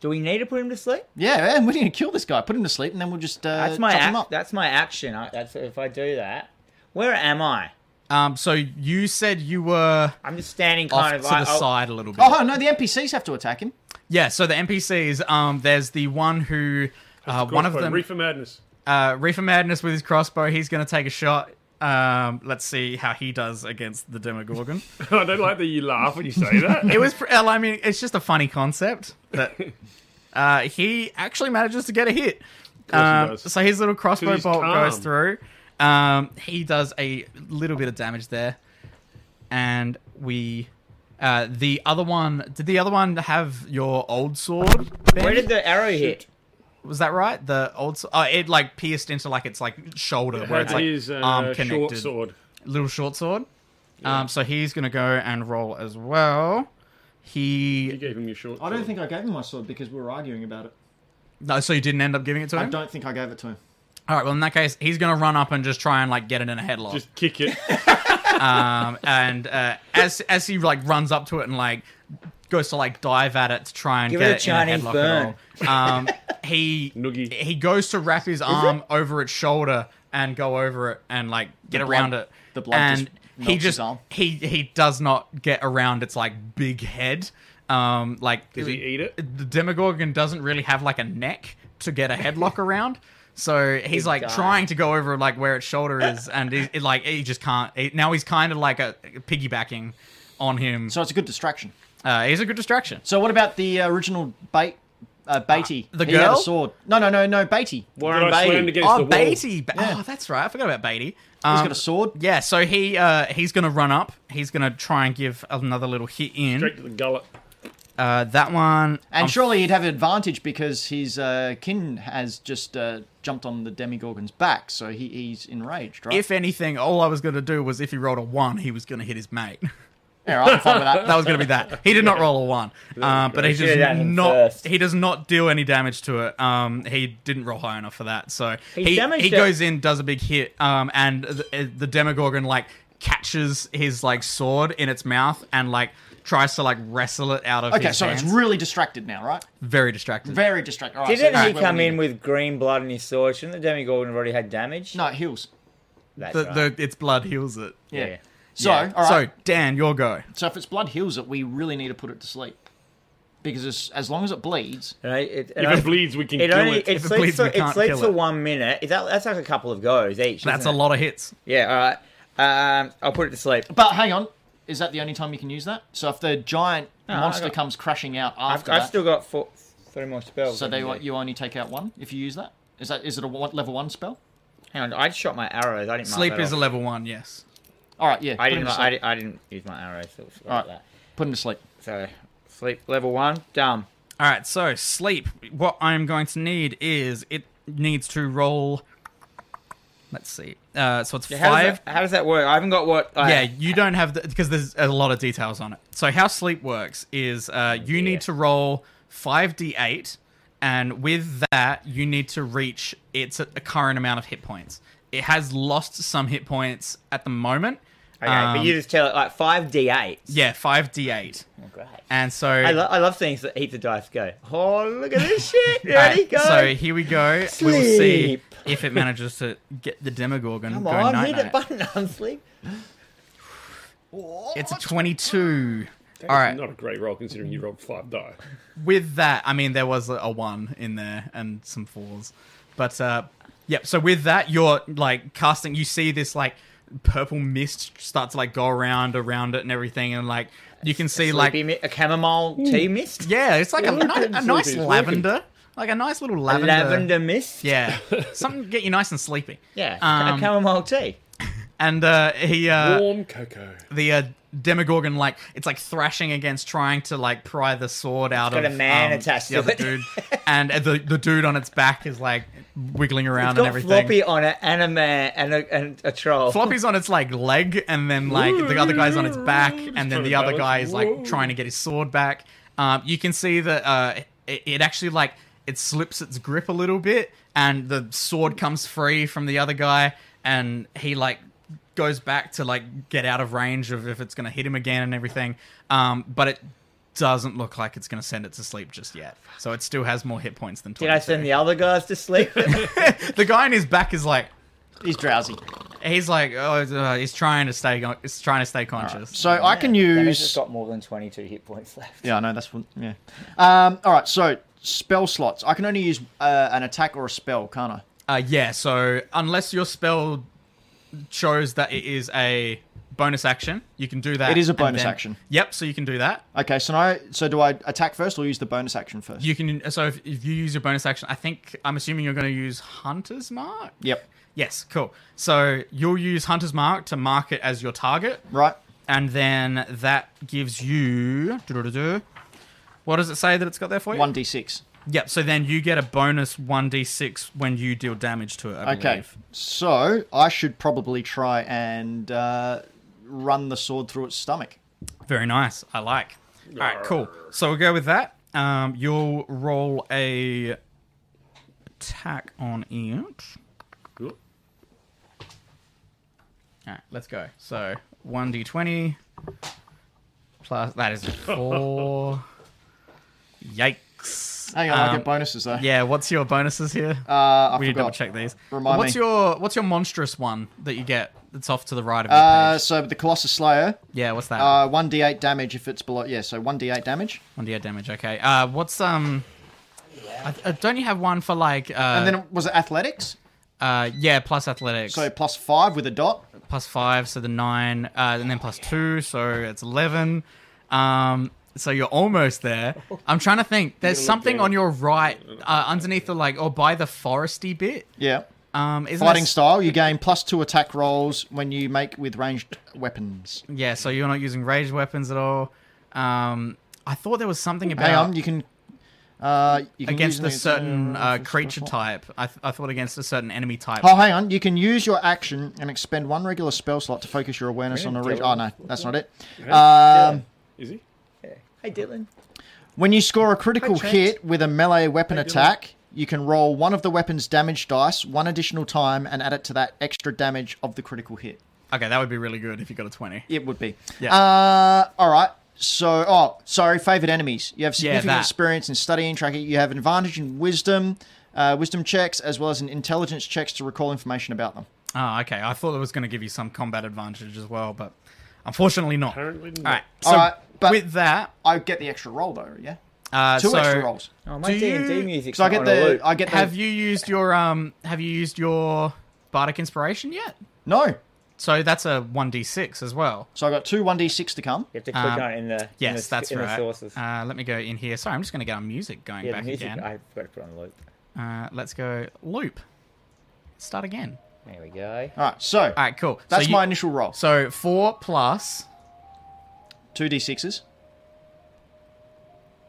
[SPEAKER 5] Do we need to put him to sleep?
[SPEAKER 3] Yeah, and we need to kill this guy. Put him to sleep, and then we'll just uh,
[SPEAKER 5] That's my
[SPEAKER 3] chop
[SPEAKER 5] act.
[SPEAKER 3] him up.
[SPEAKER 5] That's my action. I, that's if I do that. Where am I?
[SPEAKER 1] Um, so you said you were
[SPEAKER 5] I'm just standing
[SPEAKER 1] off
[SPEAKER 5] kind of.
[SPEAKER 1] to
[SPEAKER 5] I-
[SPEAKER 1] the
[SPEAKER 5] I'll-
[SPEAKER 1] side a little bit.
[SPEAKER 3] Oh no, the NPCs have to attack him.
[SPEAKER 1] Yeah. So the NPCs. Um, there's the one who. Uh, one of
[SPEAKER 2] Crossbow,
[SPEAKER 1] them.
[SPEAKER 2] Reefer Madness.
[SPEAKER 1] Uh, Reefer Madness with his crossbow. He's going to take a shot. Um, let's see how he does against the Demogorgon.
[SPEAKER 2] I don't like that you laugh when you say that.
[SPEAKER 1] it was, pr- well, I mean, it's just a funny concept. That uh, he actually manages to get a hit.
[SPEAKER 2] he
[SPEAKER 1] Um,
[SPEAKER 2] does.
[SPEAKER 1] so his little crossbow
[SPEAKER 2] he's
[SPEAKER 1] bolt
[SPEAKER 2] calm.
[SPEAKER 1] goes through. Um, he does a little bit of damage there, and we. Uh, the other one did the other one have your old sword? Ben?
[SPEAKER 5] Where did the arrow hit?
[SPEAKER 1] was that right? The old sword. Oh, it like pierced into like its like shoulder where
[SPEAKER 2] Had
[SPEAKER 1] it's like
[SPEAKER 2] his uh,
[SPEAKER 1] arm
[SPEAKER 2] short
[SPEAKER 1] connected.
[SPEAKER 2] sword.
[SPEAKER 1] little short sword. Um, so he's gonna go and roll as well.
[SPEAKER 2] You
[SPEAKER 1] He
[SPEAKER 2] gave him your short
[SPEAKER 3] I don't think I gave him my sword because we were arguing about it.
[SPEAKER 1] no, so you didn't end up giving it to
[SPEAKER 3] I
[SPEAKER 1] him.
[SPEAKER 3] don't think I gave it to him.
[SPEAKER 1] All right, well in that case, he's gonna run up and just try and like get it in a headlock.
[SPEAKER 2] Just kick it.
[SPEAKER 1] Um, and uh, as as he like runs up to it and like goes to like dive at it to try and
[SPEAKER 5] Give
[SPEAKER 1] get
[SPEAKER 5] it a Chinese
[SPEAKER 1] in a headlock
[SPEAKER 5] burn.
[SPEAKER 1] at all. Um, he
[SPEAKER 2] Noogie.
[SPEAKER 1] he goes to wrap his arm over its shoulder and go over it and like get
[SPEAKER 3] The blood-
[SPEAKER 1] around it.
[SPEAKER 3] the blood
[SPEAKER 1] and
[SPEAKER 3] just melts
[SPEAKER 1] he
[SPEAKER 3] his
[SPEAKER 1] just
[SPEAKER 3] arm.
[SPEAKER 1] he he does not get around its like big head. Um, like
[SPEAKER 2] Does he eat it?
[SPEAKER 1] The Demogorgon doesn't really have like a neck to get a headlock around. So he's like
[SPEAKER 4] died.
[SPEAKER 1] trying to go over like where its shoulder is, and he, it, like he just can't. He, now he's kind of like a piggybacking on him.
[SPEAKER 3] So it's a good distraction.
[SPEAKER 1] Uh, he's a good distraction.
[SPEAKER 3] So what about the original bait? Uh, Beatty.
[SPEAKER 1] the
[SPEAKER 3] He had a
[SPEAKER 1] girl?
[SPEAKER 3] sword. No, no, no, no. Beatty.
[SPEAKER 4] Warren
[SPEAKER 2] Did I slam
[SPEAKER 4] Beatty.
[SPEAKER 2] against the
[SPEAKER 1] Oh,
[SPEAKER 2] wall?
[SPEAKER 1] Beatty! Ba-
[SPEAKER 3] Yeah.
[SPEAKER 1] Oh, that's right. I forgot about Beatty.
[SPEAKER 3] He's
[SPEAKER 1] Um,
[SPEAKER 3] got a sword.
[SPEAKER 1] Yeah, so he uh, he's gonna run up. He's gonna try and give another little hit in.
[SPEAKER 2] Straight to the gullet.
[SPEAKER 1] Uh, that one.
[SPEAKER 3] And
[SPEAKER 1] I'm-
[SPEAKER 3] surely he'd have an advantage because his uh, kin has just uh, jumped on the Demigorgon's back, so he, he's enraged, right?
[SPEAKER 1] if anything, all I was gonna do was if he rolled a one, he was gonna hit his mate.
[SPEAKER 3] yeah, right, I'm fine with that.
[SPEAKER 1] that was gonna be that. He did not roll a one, uh, but he
[SPEAKER 4] Should have
[SPEAKER 1] does
[SPEAKER 4] done him
[SPEAKER 1] not.
[SPEAKER 4] first.
[SPEAKER 1] He does not do any damage to it. Um, he didn't roll high enough for that, so
[SPEAKER 4] He
[SPEAKER 1] he
[SPEAKER 4] damaged
[SPEAKER 1] he
[SPEAKER 4] it.
[SPEAKER 1] goes in, does a big hit, um, and the, the Demogorgon like catches his like sword in its mouth and like tries to like wrestle it out of.
[SPEAKER 3] Okay,
[SPEAKER 1] his
[SPEAKER 3] so
[SPEAKER 1] hands.
[SPEAKER 3] it's really distracted now, right?
[SPEAKER 1] very distracted.
[SPEAKER 3] Very distracted. All right, so
[SPEAKER 4] Didn't
[SPEAKER 3] that's
[SPEAKER 4] he
[SPEAKER 3] where we
[SPEAKER 4] come
[SPEAKER 3] need
[SPEAKER 4] in
[SPEAKER 3] to-
[SPEAKER 4] with green blood in his sword? Shouldn't the Demigorgon have already had damage?
[SPEAKER 3] No, it heals.
[SPEAKER 4] That's
[SPEAKER 1] the,
[SPEAKER 4] right.
[SPEAKER 1] the its blood heals it.
[SPEAKER 3] Yeah.
[SPEAKER 4] Yeah.
[SPEAKER 3] So, all right.
[SPEAKER 1] So Dan, your go.
[SPEAKER 3] So, if its blood heals it, we really need to put it to sleep. Because as, as long as it bleeds,
[SPEAKER 4] And I- it, and
[SPEAKER 2] If
[SPEAKER 4] I-
[SPEAKER 2] it bleeds, we can
[SPEAKER 4] it
[SPEAKER 2] kill
[SPEAKER 4] only
[SPEAKER 2] it.
[SPEAKER 4] it
[SPEAKER 1] If it
[SPEAKER 4] sleeps
[SPEAKER 1] bleeds,
[SPEAKER 4] for
[SPEAKER 1] we
[SPEAKER 4] it
[SPEAKER 1] can't
[SPEAKER 4] sleeps
[SPEAKER 1] kill
[SPEAKER 4] for
[SPEAKER 1] it.
[SPEAKER 4] one minute. Is that that's like a couple of goes each?
[SPEAKER 1] That's a
[SPEAKER 4] isn't it?
[SPEAKER 1] lot of hits.
[SPEAKER 4] Yeah. All right. Um, I'll put it to sleep.
[SPEAKER 3] but hang on, is that the only time you can use that? So if the giant
[SPEAKER 4] I
[SPEAKER 3] monster
[SPEAKER 4] got-
[SPEAKER 3] comes crashing out
[SPEAKER 4] I've,
[SPEAKER 3] after
[SPEAKER 4] I've
[SPEAKER 3] that,
[SPEAKER 4] still got four, three more spells.
[SPEAKER 3] so
[SPEAKER 4] I
[SPEAKER 3] they
[SPEAKER 4] can do.
[SPEAKER 3] you only take out one if you use that. Is that is it a one, level one spell?
[SPEAKER 4] Hang on, I just shot my arrows. I didn't mark
[SPEAKER 1] Sleep
[SPEAKER 4] that
[SPEAKER 1] is a
[SPEAKER 4] off.
[SPEAKER 1] level one. Yes.
[SPEAKER 3] All right, yeah.
[SPEAKER 4] I
[SPEAKER 3] put him to
[SPEAKER 4] didn't. I,
[SPEAKER 3] sleep.
[SPEAKER 4] didn't- I didn't use my arrows. So it's
[SPEAKER 3] All right.
[SPEAKER 4] like that.
[SPEAKER 3] Put him to sleep.
[SPEAKER 4] So sleep level one. Dumb.
[SPEAKER 1] All right. So sleep. What I'm going to need is it needs to roll. Let's see. Uh, so it's
[SPEAKER 4] Yeah, How does,
[SPEAKER 1] five.
[SPEAKER 4] that, how does that work? I haven't got what. I,
[SPEAKER 1] Yeah, you don't have the because there's a lot of details on it. So how sleep works is uh, you
[SPEAKER 4] Yeah.
[SPEAKER 1] need to roll five d8, and with that you need to reach its a current amount of hit points. It has lost some hit points at the moment.
[SPEAKER 4] Okay, but
[SPEAKER 1] Um,
[SPEAKER 4] you just tell it like five d eight.
[SPEAKER 1] Yeah, five d8,
[SPEAKER 4] Great.
[SPEAKER 1] and so
[SPEAKER 4] I, lo- I love seeing s- heaps of dice go. Oh, look at this shit!
[SPEAKER 1] All
[SPEAKER 4] Ready,
[SPEAKER 1] right,
[SPEAKER 4] go.
[SPEAKER 1] So here we go. We will see
[SPEAKER 4] Sleep.
[SPEAKER 1] if it manages to get the Demogorgon
[SPEAKER 4] Come
[SPEAKER 1] go
[SPEAKER 4] on,
[SPEAKER 1] night
[SPEAKER 4] hit the button. I'm sleep.
[SPEAKER 1] It's a 22.
[SPEAKER 2] That
[SPEAKER 1] All
[SPEAKER 2] is
[SPEAKER 1] right.
[SPEAKER 2] Not a great roll considering you rolled five die.
[SPEAKER 1] With that, I mean there was a, a one in there and some fours, but uh, yep. So with that, you're like casting. You see this like purple mist start to like go around around it and everything, and like you can see like Hmm.
[SPEAKER 4] Sleepy mi- a chamomile tea mist.
[SPEAKER 1] yeah, it's like a,
[SPEAKER 2] Working,
[SPEAKER 1] ni- a
[SPEAKER 2] Sylvie,
[SPEAKER 1] nice
[SPEAKER 2] it's working.
[SPEAKER 1] lavender, like a nice little
[SPEAKER 4] A
[SPEAKER 1] lavender.
[SPEAKER 4] lavender mist.
[SPEAKER 1] Yeah, something to get you nice and sleepy.
[SPEAKER 4] Yeah. a
[SPEAKER 1] Um,
[SPEAKER 4] chamomile tea.
[SPEAKER 1] and uh, he uh,
[SPEAKER 2] Warm cocoa.
[SPEAKER 1] the uh, Demogorgon like it's like thrashing against trying to like pry the sword out
[SPEAKER 4] got
[SPEAKER 1] of
[SPEAKER 4] a man
[SPEAKER 1] um,
[SPEAKER 4] attached
[SPEAKER 1] the
[SPEAKER 4] to
[SPEAKER 1] other
[SPEAKER 4] it.
[SPEAKER 1] dude, and uh, the the dude on its back is like wiggling around
[SPEAKER 4] It's got
[SPEAKER 1] and everything.
[SPEAKER 4] floppy on it and a man and a, and a troll.
[SPEAKER 1] Floppy's on its like leg, and then like the other guy's on its back, and then
[SPEAKER 2] trying to
[SPEAKER 1] the other
[SPEAKER 2] balance.
[SPEAKER 1] guy is like
[SPEAKER 2] Whoa.
[SPEAKER 1] trying to get his sword back. Um, you can see that uh, it, it actually like it slips its grip a little bit, and the sword comes free from the other guy, and he like goes back to like get out of range of if it's gonna hit him again and everything. Um, but it doesn't look like it's gonna send it to sleep just yet, so it still has more hit points than. 22.
[SPEAKER 4] Did I send the other guys to sleep?
[SPEAKER 1] the guy in his back is like
[SPEAKER 3] He's drowsy.
[SPEAKER 1] He's like, oh, uh, he's trying to stay, he's trying to stay conscious.
[SPEAKER 3] So I can
[SPEAKER 4] Dennis has
[SPEAKER 3] use.
[SPEAKER 4] got more than twenty-two hit points left.
[SPEAKER 3] Yeah, I know that's what. Yeah. Um, all right, so spell slots. I can only use uh, an attack or a spell, can't
[SPEAKER 1] Uh,
[SPEAKER 3] I?
[SPEAKER 1] yeah, so unless your spell shows that it is a bonus action, you can do that.
[SPEAKER 3] It is a
[SPEAKER 1] and
[SPEAKER 3] bonus action.
[SPEAKER 1] Yep, so you can do that.
[SPEAKER 3] Okay, so now, so do I attack first or use the bonus action first?
[SPEAKER 1] You can. So if, if you use your bonus action, I think I'm assuming you're going to use Hunter's Mark.
[SPEAKER 3] Yep.
[SPEAKER 1] Yes, cool. So you'll use Hunter's Mark to mark it as your target,
[SPEAKER 3] Right.
[SPEAKER 1] and then that gives you. What does it say that it's got there for you?
[SPEAKER 3] One d six.
[SPEAKER 1] Yep. So then you get a bonus one d six when you deal damage to it. I
[SPEAKER 3] Okay.
[SPEAKER 1] believe.
[SPEAKER 3] So I should probably try and uh, run the sword through its stomach.
[SPEAKER 1] Very nice. I like. All right. Cool. So we'll go with that. Um, you'll roll a attack on it. All
[SPEAKER 2] Cool.
[SPEAKER 1] right. Let's go. So one d twenty plus that is four. Yikes.
[SPEAKER 3] Hang on, I
[SPEAKER 1] Um,
[SPEAKER 3] get bonuses though.
[SPEAKER 1] Yeah, what's your bonuses here?
[SPEAKER 3] Uh, I
[SPEAKER 1] we need to double
[SPEAKER 3] forgot.
[SPEAKER 1] check these.
[SPEAKER 3] Remind
[SPEAKER 1] what's
[SPEAKER 3] me.
[SPEAKER 1] your what's your monstrous one that you get? That's off to the right of your
[SPEAKER 3] Uh,
[SPEAKER 1] page.
[SPEAKER 3] so the Colossus Slayer,
[SPEAKER 1] Yeah, what's that?
[SPEAKER 3] uh, one d8 damage if it's below. Yeah, so one d8 damage,
[SPEAKER 1] One d8 damage. Okay. Uh, what's um? I, uh, don't you have one for like uh?
[SPEAKER 3] and then it- was it athletics?
[SPEAKER 1] uh, yeah, plus athletics,
[SPEAKER 3] So plus five with a dot.
[SPEAKER 1] plus five, so the nine, uh, and then plus two, so it's eleven. Um, so you're almost there. I'm trying to think. There's
[SPEAKER 2] look
[SPEAKER 1] something
[SPEAKER 2] down.
[SPEAKER 1] on your right, uh, underneath the like, or by the foresty bit.
[SPEAKER 3] Yeah.
[SPEAKER 1] Um, isn't
[SPEAKER 3] Fighting
[SPEAKER 1] there-
[SPEAKER 3] style, you gain plus two attack rolls when you make with ranged weapons.
[SPEAKER 1] Yeah, so you're not using rage weapons at all. Um, I thought there was something about
[SPEAKER 3] Hang on, you can. Uh, you can
[SPEAKER 1] against
[SPEAKER 3] use
[SPEAKER 1] a
[SPEAKER 3] the-
[SPEAKER 1] certain uh, creature type. I, th- I thought against a certain enemy type.
[SPEAKER 3] Oh, hang on. You can use your action and expend one regular spell slot to focus your awareness on a
[SPEAKER 4] Really?
[SPEAKER 3] region. Oh, no, that's not it.
[SPEAKER 4] Yeah.
[SPEAKER 3] Um,
[SPEAKER 2] Is he?
[SPEAKER 5] Hey, Dylan.
[SPEAKER 3] when you score a critical
[SPEAKER 5] Trent.
[SPEAKER 3] hit with a melee weapon attack, you can roll one of the weapon's damage dice one additional time and add it to that extra damage of the critical hit.
[SPEAKER 1] Okay, that would be really good if you got a twenty.
[SPEAKER 3] It would be.
[SPEAKER 1] Yeah.
[SPEAKER 3] Uh, all right. So, oh, sorry, favorite enemies. You have significant
[SPEAKER 1] that.
[SPEAKER 3] experience in studying, tracking. You have an advantage in wisdom, uh, wisdom checks, as well as in intelligence checks to recall information about them.
[SPEAKER 1] Oh, okay. I thought it was going to give you some combat advantage as well, but unfortunately not. All
[SPEAKER 2] Apparently not.
[SPEAKER 1] right. So
[SPEAKER 3] All right, but-
[SPEAKER 1] with that,
[SPEAKER 3] I get the extra roll though, yeah.
[SPEAKER 1] uh,
[SPEAKER 3] Two
[SPEAKER 1] so
[SPEAKER 3] extra rolls.
[SPEAKER 4] Oh, my
[SPEAKER 1] Do
[SPEAKER 4] D and D
[SPEAKER 1] you-
[SPEAKER 4] music.
[SPEAKER 3] So I get the I get the
[SPEAKER 1] have you used your um? Have you used your bardic inspiration yet?
[SPEAKER 3] No.
[SPEAKER 1] So that's a one d six as well.
[SPEAKER 3] So I got two one d six to come.
[SPEAKER 5] You have to click
[SPEAKER 1] Um,
[SPEAKER 5] on it in the in
[SPEAKER 1] Yes,
[SPEAKER 5] the,
[SPEAKER 1] that's
[SPEAKER 5] in
[SPEAKER 1] right.
[SPEAKER 5] the sources.
[SPEAKER 1] Uh, let me go in here. Sorry, I'm just going to get our music going
[SPEAKER 5] yeah, the
[SPEAKER 1] back
[SPEAKER 5] music.
[SPEAKER 1] again.
[SPEAKER 5] I forgot to put on loop.
[SPEAKER 1] Uh, let's go loop. Start again.
[SPEAKER 5] There we go.
[SPEAKER 3] All right. So
[SPEAKER 1] All right, cool.
[SPEAKER 3] that's
[SPEAKER 1] so you-
[SPEAKER 3] my initial roll.
[SPEAKER 1] So four plus.
[SPEAKER 3] Two d sixes.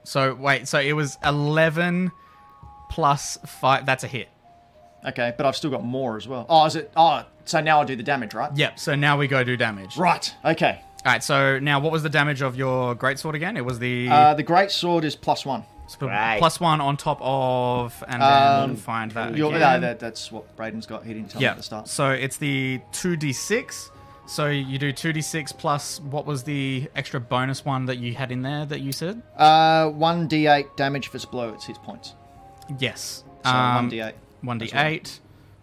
[SPEAKER 1] So wait, so it was eleven plus five. That's a hit.
[SPEAKER 3] Okay, but I've still got more as well. Oh, is it? Oh, so now I do the damage, right?
[SPEAKER 1] Yep. So now we go do damage.
[SPEAKER 3] Right. Okay.
[SPEAKER 1] All right. So now, what was the damage of your greatsword again? It was the
[SPEAKER 3] Uh, the great sword is plus one.
[SPEAKER 1] sp-
[SPEAKER 5] Right.
[SPEAKER 1] plus one on top of, and then
[SPEAKER 3] Um,
[SPEAKER 1] find that
[SPEAKER 3] You're,
[SPEAKER 1] again.
[SPEAKER 3] no, that, that's what Braden's got. He didn't tell me
[SPEAKER 1] yeah.
[SPEAKER 3] at the start.
[SPEAKER 1] So it's the two d six. So you do two d six plus what was the extra bonus one that you had in there that you said?
[SPEAKER 3] Uh, one d8 damage if it's below its hit points.
[SPEAKER 1] Yes.
[SPEAKER 3] So
[SPEAKER 1] Um,
[SPEAKER 3] one d8.
[SPEAKER 1] One d eight.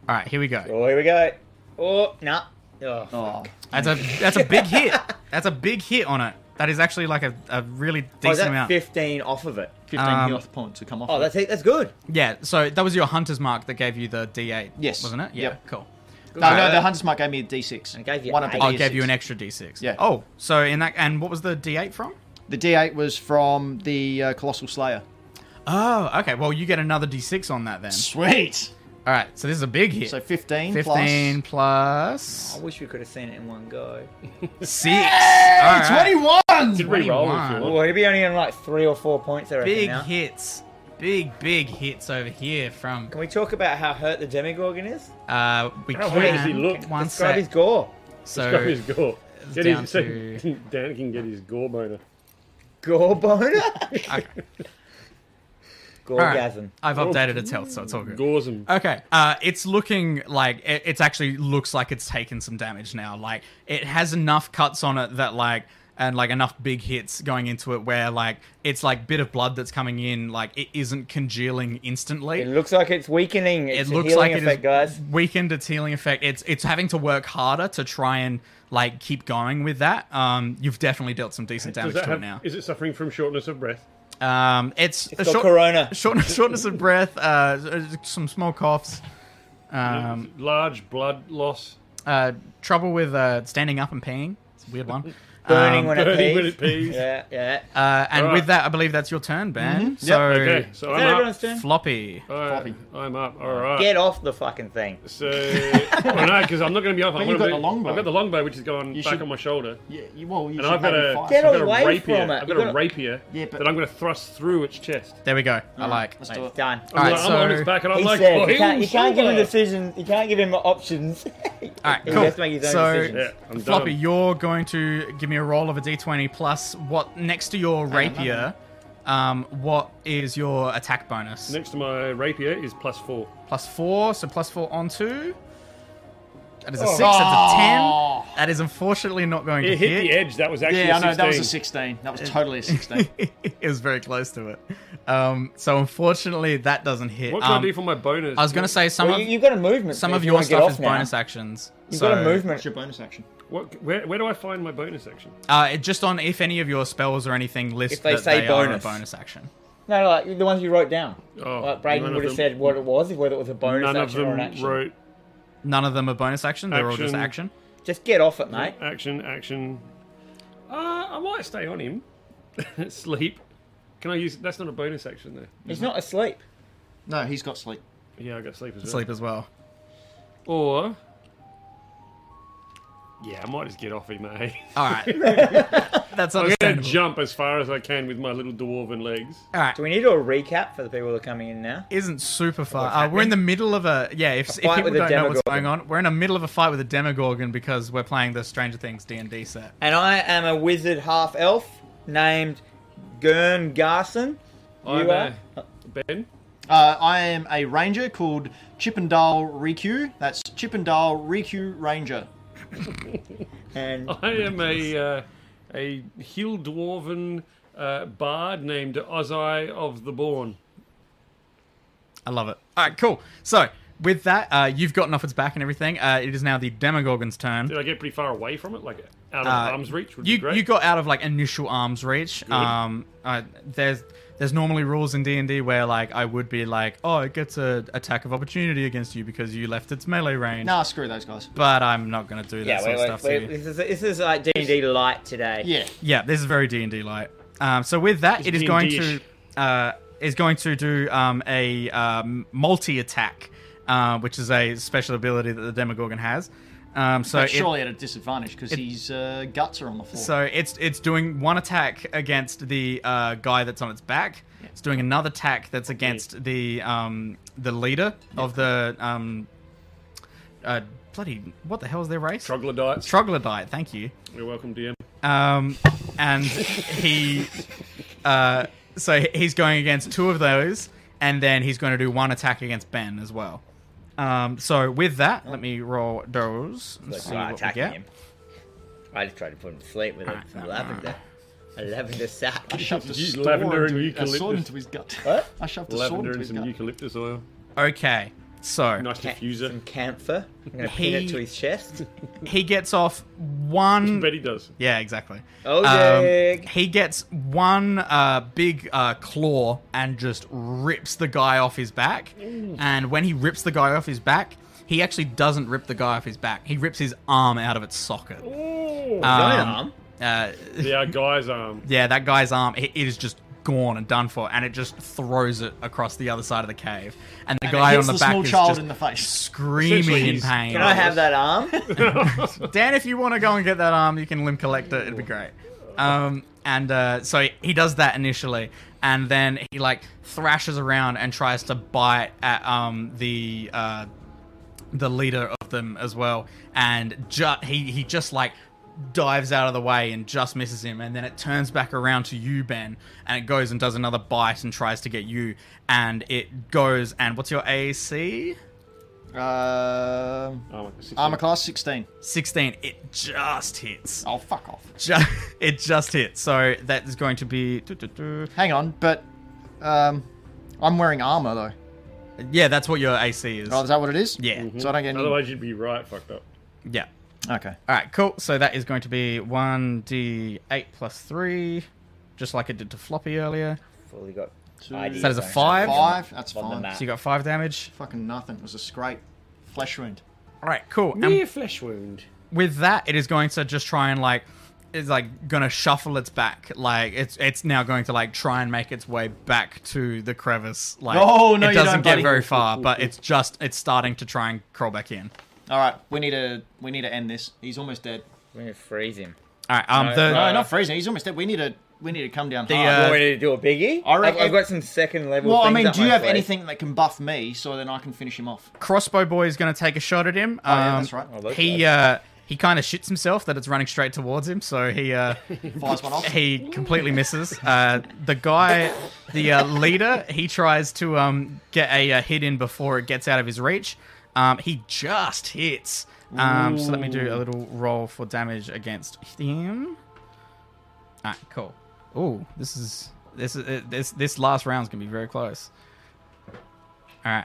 [SPEAKER 1] All right, here we go.
[SPEAKER 5] Oh, here we go. Oh, nah. Oh,
[SPEAKER 3] Oh,
[SPEAKER 1] That's a that's a big hit. That's a big hit on it. That is actually like a, a really
[SPEAKER 5] oh is
[SPEAKER 1] decent
[SPEAKER 5] that
[SPEAKER 1] amount.
[SPEAKER 5] 15 off of it?
[SPEAKER 3] 15
[SPEAKER 1] Um,
[SPEAKER 3] health points to come off.
[SPEAKER 5] Oh,
[SPEAKER 3] it.
[SPEAKER 5] that's it. That's good.
[SPEAKER 1] Yeah, so that was your hunter's mark that gave you the D8.
[SPEAKER 3] Yes.
[SPEAKER 1] Wasn't it? Yeah,
[SPEAKER 3] Yep.
[SPEAKER 1] cool.
[SPEAKER 3] no, no.
[SPEAKER 5] Alright.
[SPEAKER 3] The hunter's mark gave me a d6.
[SPEAKER 5] And gave you
[SPEAKER 3] one up
[SPEAKER 5] eight.
[SPEAKER 1] Oh,
[SPEAKER 3] a
[SPEAKER 1] it gave you
[SPEAKER 3] D6.
[SPEAKER 1] an extra D6.
[SPEAKER 3] Yeah.
[SPEAKER 1] Oh, so in that, and what was the D8 from?
[SPEAKER 3] The d8 was from the uh, colossal slayer.
[SPEAKER 1] Oh, okay. Well, you get another D6 on that then.
[SPEAKER 3] Sweet.
[SPEAKER 1] All right, so this is a big hit.
[SPEAKER 3] So 15,
[SPEAKER 1] 15
[SPEAKER 3] 15
[SPEAKER 5] I
[SPEAKER 1] plus
[SPEAKER 5] wish we could have seen it in one go.
[SPEAKER 1] 6. All right.
[SPEAKER 2] Did re-roll if you
[SPEAKER 1] 21.
[SPEAKER 2] want.
[SPEAKER 5] Well, he'd be only on like three or four points, I reckon.
[SPEAKER 1] Big
[SPEAKER 5] now.
[SPEAKER 1] hits. Big, big hits over here from.
[SPEAKER 5] Can we talk about how hurt the Demigorgon is?
[SPEAKER 1] Uh, we
[SPEAKER 2] How
[SPEAKER 1] can.
[SPEAKER 2] hard does he look?
[SPEAKER 1] One
[SPEAKER 5] Describe his
[SPEAKER 1] sec.
[SPEAKER 5] gore.
[SPEAKER 2] He's got
[SPEAKER 1] So,
[SPEAKER 2] his gore.
[SPEAKER 1] it's
[SPEAKER 2] Get
[SPEAKER 1] down
[SPEAKER 2] his,
[SPEAKER 1] to-
[SPEAKER 2] Dan can get his gore boner.
[SPEAKER 5] Gore boner?
[SPEAKER 1] okay. All right.
[SPEAKER 5] Gorgasm.
[SPEAKER 1] I've updated its health, so it's all good.
[SPEAKER 2] Gores him.
[SPEAKER 1] Okay. Uh, it's looking like it, it's actually looks like it's taken some damage now. Like it has enough cuts on it that like and like enough big hits going into it where like it's like bit of blood that's coming in like it isn't congealing instantly.
[SPEAKER 5] It looks like it's weakening.
[SPEAKER 1] It
[SPEAKER 5] It's a
[SPEAKER 1] looks
[SPEAKER 5] healing
[SPEAKER 1] like it
[SPEAKER 5] effect,
[SPEAKER 1] is
[SPEAKER 5] guys.
[SPEAKER 1] weakened its healing effect. It's it's having to work harder to try and like keep going with that. Um, you've definitely dealt some decent
[SPEAKER 2] Does
[SPEAKER 1] damage
[SPEAKER 2] that
[SPEAKER 1] to
[SPEAKER 2] have-
[SPEAKER 1] it now.
[SPEAKER 2] Is it suffering from shortness of breath?
[SPEAKER 1] Um, it's, a
[SPEAKER 5] got corona.
[SPEAKER 1] short- shortness of breath, uh, some small coughs. Um,
[SPEAKER 2] Large blood loss.
[SPEAKER 1] uh, trouble with uh, standing up and peeing. It's a weird one.
[SPEAKER 5] Burning
[SPEAKER 1] Um,
[SPEAKER 5] when it
[SPEAKER 2] burning
[SPEAKER 5] pees.
[SPEAKER 2] when it pees.
[SPEAKER 5] Yeah, yeah.
[SPEAKER 1] uh, and
[SPEAKER 2] Alright.
[SPEAKER 1] with that, I believe that's your turn, Ben.
[SPEAKER 5] Mm-hmm.
[SPEAKER 3] Yep.
[SPEAKER 1] So,
[SPEAKER 2] Okay, so
[SPEAKER 5] Is that
[SPEAKER 2] I'm
[SPEAKER 5] everyone's
[SPEAKER 2] up.
[SPEAKER 5] turn?
[SPEAKER 1] floppy.
[SPEAKER 2] I,
[SPEAKER 3] Floppy.
[SPEAKER 2] I'm up. All right.
[SPEAKER 5] Get off the fucking thing.
[SPEAKER 2] So, well, no, because I'm not going to be off. I'm
[SPEAKER 3] you've
[SPEAKER 2] gonna
[SPEAKER 3] got
[SPEAKER 2] be-
[SPEAKER 3] the longbow.
[SPEAKER 2] I've got the longbow, which is going
[SPEAKER 3] You
[SPEAKER 2] back
[SPEAKER 3] should-
[SPEAKER 2] on my shoulder,
[SPEAKER 3] Yeah, you- well,
[SPEAKER 2] and
[SPEAKER 3] you should
[SPEAKER 2] I've got
[SPEAKER 3] maybe
[SPEAKER 2] a,
[SPEAKER 3] fight.
[SPEAKER 5] Get
[SPEAKER 2] I've got
[SPEAKER 5] away
[SPEAKER 2] a rapier.
[SPEAKER 5] from it.
[SPEAKER 2] I've got
[SPEAKER 5] You
[SPEAKER 2] a
[SPEAKER 5] gotta-
[SPEAKER 2] rapier
[SPEAKER 3] Yeah, but-
[SPEAKER 2] that I'm going to thrust through its chest.
[SPEAKER 1] There we go. I like.
[SPEAKER 3] Let's
[SPEAKER 5] Mate,
[SPEAKER 3] do
[SPEAKER 5] it's
[SPEAKER 3] it.
[SPEAKER 5] done.
[SPEAKER 2] I'm,
[SPEAKER 1] Alright,
[SPEAKER 2] like- I'm on
[SPEAKER 1] so-
[SPEAKER 2] its back, and I'm
[SPEAKER 5] He
[SPEAKER 2] like,
[SPEAKER 5] said,
[SPEAKER 2] "Well,
[SPEAKER 5] you can't, you can't give him
[SPEAKER 2] sure."
[SPEAKER 5] decisions. You can't give him options. All
[SPEAKER 1] Alright,
[SPEAKER 5] He
[SPEAKER 1] cool.
[SPEAKER 5] has to make his own
[SPEAKER 1] so,
[SPEAKER 5] decisions.
[SPEAKER 2] Yeah, I'm
[SPEAKER 1] floppy,
[SPEAKER 2] done.
[SPEAKER 1] you're going to give me a roll of a d20 plus what next to your rapier. Um, what is your attack bonus?
[SPEAKER 2] Next to my rapier is plus four.
[SPEAKER 1] Plus four, so plus four on two. That is a six. That's a ten. That is unfortunately not going to
[SPEAKER 2] Oh. It hit the edge. That was actually
[SPEAKER 3] Yeah, I
[SPEAKER 2] a
[SPEAKER 3] know.
[SPEAKER 2] 16.
[SPEAKER 3] That was a 16. That was totally a 16.
[SPEAKER 1] it was very close to it. Um, so unfortunately, that doesn't hit.
[SPEAKER 2] What can
[SPEAKER 1] Um,
[SPEAKER 2] I do for my bonus?
[SPEAKER 1] I was going to say some
[SPEAKER 4] Well,
[SPEAKER 1] of
[SPEAKER 4] you, have got a movement.
[SPEAKER 1] some
[SPEAKER 4] if
[SPEAKER 1] of
[SPEAKER 4] you
[SPEAKER 1] your
[SPEAKER 4] wanna get
[SPEAKER 1] stuff
[SPEAKER 4] off
[SPEAKER 1] is
[SPEAKER 4] now.
[SPEAKER 1] bonus actions.
[SPEAKER 4] You've
[SPEAKER 1] so,
[SPEAKER 4] got a movement.
[SPEAKER 3] What's your bonus action?
[SPEAKER 2] What, where, where do I find my bonus action?
[SPEAKER 1] Uh, it- just on if any of your spells or anything list
[SPEAKER 4] If they
[SPEAKER 1] that
[SPEAKER 4] say
[SPEAKER 1] they
[SPEAKER 4] bonus.
[SPEAKER 1] are a bonus action.
[SPEAKER 4] No, like the ones you wrote down.
[SPEAKER 2] Oh,
[SPEAKER 4] like
[SPEAKER 2] none
[SPEAKER 4] Braden
[SPEAKER 2] of
[SPEAKER 4] would have
[SPEAKER 2] them-
[SPEAKER 4] said what it was, whether it was a bonus
[SPEAKER 2] None of
[SPEAKER 4] action or an
[SPEAKER 2] them
[SPEAKER 4] action.
[SPEAKER 2] wrote
[SPEAKER 1] None of them are bonus action. They're all just
[SPEAKER 2] Action.
[SPEAKER 1] action.
[SPEAKER 4] Just get off it, mate.
[SPEAKER 2] action, action. Uh, I might stay on him. Sleep. Can I use? That's not a bonus action though.
[SPEAKER 4] He's not asleep.
[SPEAKER 3] No, he's got sleep.
[SPEAKER 2] Yeah, I got sleep as well.
[SPEAKER 1] Sleep as well.
[SPEAKER 2] Or. Yeah, I might just get off him, eh?
[SPEAKER 1] All right, that's
[SPEAKER 2] I'm gonna
[SPEAKER 1] understandable.
[SPEAKER 2] jump as far as I can with my little dwarven legs.
[SPEAKER 1] all right,
[SPEAKER 4] Do we need to do a recap for the people that are coming in now?
[SPEAKER 1] isn't super far.
[SPEAKER 4] What's
[SPEAKER 1] Uh, we're in
[SPEAKER 4] happening?
[SPEAKER 1] the middle of a yeah. If, if
[SPEAKER 4] fight
[SPEAKER 1] people
[SPEAKER 4] with a
[SPEAKER 1] don't know what's
[SPEAKER 4] Demogorgon.
[SPEAKER 1] going on, we're in the middle of a fight with a Demogorgon because we're playing the Stranger Things D and D set.
[SPEAKER 4] And I am a wizard half elf named Gern Garson. You
[SPEAKER 2] I'm
[SPEAKER 4] are?
[SPEAKER 2] uh, Ben.
[SPEAKER 3] Uh, I am a ranger called Chippendale Riku. That's Chippendale Riku Ranger.
[SPEAKER 4] And
[SPEAKER 1] Oh,
[SPEAKER 2] I am a uh, a hill dwarven uh, bard named Ozai of the Born.
[SPEAKER 1] I love it. All right, cool. So with that, uh, you've gotten off its back and everything. Uh, it is now the Demogorgon's turn.
[SPEAKER 2] Did I get pretty far away from it? Like out of
[SPEAKER 1] Uh,
[SPEAKER 2] arm's reach would
[SPEAKER 1] you
[SPEAKER 2] be great.
[SPEAKER 1] you got out of like initial arms reach. Um, uh, there's there's normally rules in D and D where like I would be like, oh, it gets a attack of opportunity against you because you left its melee range.
[SPEAKER 3] Nah, screw those guys.
[SPEAKER 1] But I'm not gonna do that
[SPEAKER 4] yeah,
[SPEAKER 1] sort
[SPEAKER 4] wait,
[SPEAKER 1] of
[SPEAKER 4] wait,
[SPEAKER 1] stuff to
[SPEAKER 4] wait.
[SPEAKER 1] you.
[SPEAKER 4] This is this is like D and D light today.
[SPEAKER 3] Yeah.
[SPEAKER 1] Yeah, this is very D and D light. Um, so with that, it is going to
[SPEAKER 2] D&D-ish.
[SPEAKER 1] uh, is going to do um, a um, multi attack, uh, which is a special ability that the Demogorgon has. Um, so
[SPEAKER 3] But
[SPEAKER 1] it-
[SPEAKER 3] surely at a disadvantage because his uh, guts are on the floor.
[SPEAKER 1] so it's it's doing one attack against the uh, guy that's on its back. It's doing another attack that's against the um, the leader of the um, uh, bloody what the hell is their race?
[SPEAKER 2] Troglodytes.
[SPEAKER 1] Troglodyte. Thank you.
[SPEAKER 2] You're welcome, DM.
[SPEAKER 1] Um, and he, uh, so he's going against two of those, and then he's going to do one attack against Ben as well. Um, so with that, let me roll those and
[SPEAKER 4] Like,
[SPEAKER 1] see
[SPEAKER 4] not
[SPEAKER 1] what we
[SPEAKER 4] attacking
[SPEAKER 1] get.
[SPEAKER 4] him. I just tried to put him to sleep with a
[SPEAKER 1] Alright,
[SPEAKER 4] some
[SPEAKER 1] no, no,
[SPEAKER 4] lavender, a lavender sack.
[SPEAKER 3] shoved a,
[SPEAKER 2] You
[SPEAKER 3] sword
[SPEAKER 2] lavender
[SPEAKER 3] into,
[SPEAKER 2] and
[SPEAKER 3] a sword
[SPEAKER 2] eucalyptus.
[SPEAKER 3] into his gut.
[SPEAKER 4] What?
[SPEAKER 3] I shoved a sword
[SPEAKER 2] Lavender
[SPEAKER 3] into
[SPEAKER 2] and
[SPEAKER 3] his
[SPEAKER 2] some
[SPEAKER 3] gut.
[SPEAKER 2] eucalyptus oil.
[SPEAKER 1] Okay, so
[SPEAKER 2] Nice
[SPEAKER 4] Ca- Some
[SPEAKER 2] diffuser.
[SPEAKER 4] camphor. I'm gonna pin
[SPEAKER 1] He-
[SPEAKER 4] it to his chest.
[SPEAKER 1] he gets off one.
[SPEAKER 2] Betty does.
[SPEAKER 1] Yeah, exactly.
[SPEAKER 4] Oh,
[SPEAKER 1] Um,
[SPEAKER 4] dig.
[SPEAKER 1] he gets one uh, big uh, claw and just rips the guy off his back. And when he rips the guy off his back, he actually doesn't rip the guy off his back. He rips his arm out of its socket.
[SPEAKER 4] Giant
[SPEAKER 1] Um,
[SPEAKER 4] arm.
[SPEAKER 1] Uh,
[SPEAKER 2] Yeah, guy's arm.
[SPEAKER 1] yeah, that guy's arm, it, it is just gone and done for, and it just throws it across the other side of the cave. And the
[SPEAKER 3] And it
[SPEAKER 1] guy
[SPEAKER 3] hits
[SPEAKER 1] on the,
[SPEAKER 3] the
[SPEAKER 1] back
[SPEAKER 3] small
[SPEAKER 1] is
[SPEAKER 3] child
[SPEAKER 1] just
[SPEAKER 3] in the face.
[SPEAKER 1] screaming
[SPEAKER 2] Essentially,
[SPEAKER 1] in
[SPEAKER 2] he's-
[SPEAKER 1] pain.
[SPEAKER 4] Can I have that arm?
[SPEAKER 1] Dan, if you want to go and get that arm, you can limb collect it. It'd be great. Um, and uh, so he does that initially, and then he like thrashes around and tries to bite at um, the uh, the leader of them as well. And ju- he he just like dives out of the way and just misses him, and then it turns back around to you, Ben, and it goes and does another bite and tries to get you, and it goes and what's your AC?
[SPEAKER 3] Um,
[SPEAKER 2] Armor, 16.
[SPEAKER 3] armor class 16.
[SPEAKER 1] 16 it just hits
[SPEAKER 3] Oh, fuck off.
[SPEAKER 1] Ju- it just hit. So that is going to be.
[SPEAKER 3] Hang on, but um, I'm wearing armor though.
[SPEAKER 1] Yeah, that's what your AC is.
[SPEAKER 3] Oh, is that what it is?
[SPEAKER 1] Yeah.
[SPEAKER 3] So I don't get any.
[SPEAKER 2] Otherwise, you'd be right fucked up.
[SPEAKER 1] Yeah.
[SPEAKER 3] Okay.
[SPEAKER 1] All right, cool. So that is going to be 1d8 plus 3, just like it did to Floppy earlier.
[SPEAKER 4] Fully got.
[SPEAKER 3] Two.
[SPEAKER 4] ID
[SPEAKER 1] So that is a
[SPEAKER 4] going.
[SPEAKER 1] 5.
[SPEAKER 3] Five. That's
[SPEAKER 4] On the
[SPEAKER 3] fine.
[SPEAKER 4] map.
[SPEAKER 1] So you got 5 damage.
[SPEAKER 3] Fucking nothing. It was a scrape, flesh wound.
[SPEAKER 1] All right, cool. And
[SPEAKER 5] Mere flesh wound.
[SPEAKER 1] with that, it is going to just try and like it's like gonna shuffle its back. Like it's it's now going to like try and make its way back to the crevice. Like
[SPEAKER 3] No, no,
[SPEAKER 1] it
[SPEAKER 3] you
[SPEAKER 1] doesn't
[SPEAKER 3] don't,
[SPEAKER 1] get
[SPEAKER 3] buddy.
[SPEAKER 1] very far, but it's just it's starting to try and crawl back in.
[SPEAKER 3] All right, we need to we need to end this. He's almost dead.
[SPEAKER 4] We're gonna freeze him.
[SPEAKER 1] All right, um,
[SPEAKER 4] No,
[SPEAKER 1] the,
[SPEAKER 3] No,
[SPEAKER 4] Uh,
[SPEAKER 3] not freezing. He's almost dead. We need to we need to come down
[SPEAKER 1] The,
[SPEAKER 3] hard.
[SPEAKER 1] Uh,
[SPEAKER 4] Do we need to do a biggie?
[SPEAKER 3] I reckon-
[SPEAKER 4] I've, I've got some second level.
[SPEAKER 3] well, I
[SPEAKER 4] things
[SPEAKER 3] mean,
[SPEAKER 4] up
[SPEAKER 3] do you
[SPEAKER 4] my
[SPEAKER 3] have
[SPEAKER 4] sleeve.
[SPEAKER 3] anything that can buff me so then I can finish him off?
[SPEAKER 1] crossbow boy is going to take a shot at him.
[SPEAKER 3] yeah,
[SPEAKER 1] Um,
[SPEAKER 3] that's right. Oh,
[SPEAKER 4] those
[SPEAKER 1] he uh, he kind of shits himself that it's running straight towards him, so he uh,
[SPEAKER 3] Fires one off.
[SPEAKER 1] he completely misses. Uh, the guy, the uh, leader, he tries to um, get a uh, hit in before it gets out of his reach. Um, he just hits, Um, so let me do a little roll for damage against him. Alright, cool. Ooh, this is this is uh, this this last round's gonna be very close. Alright.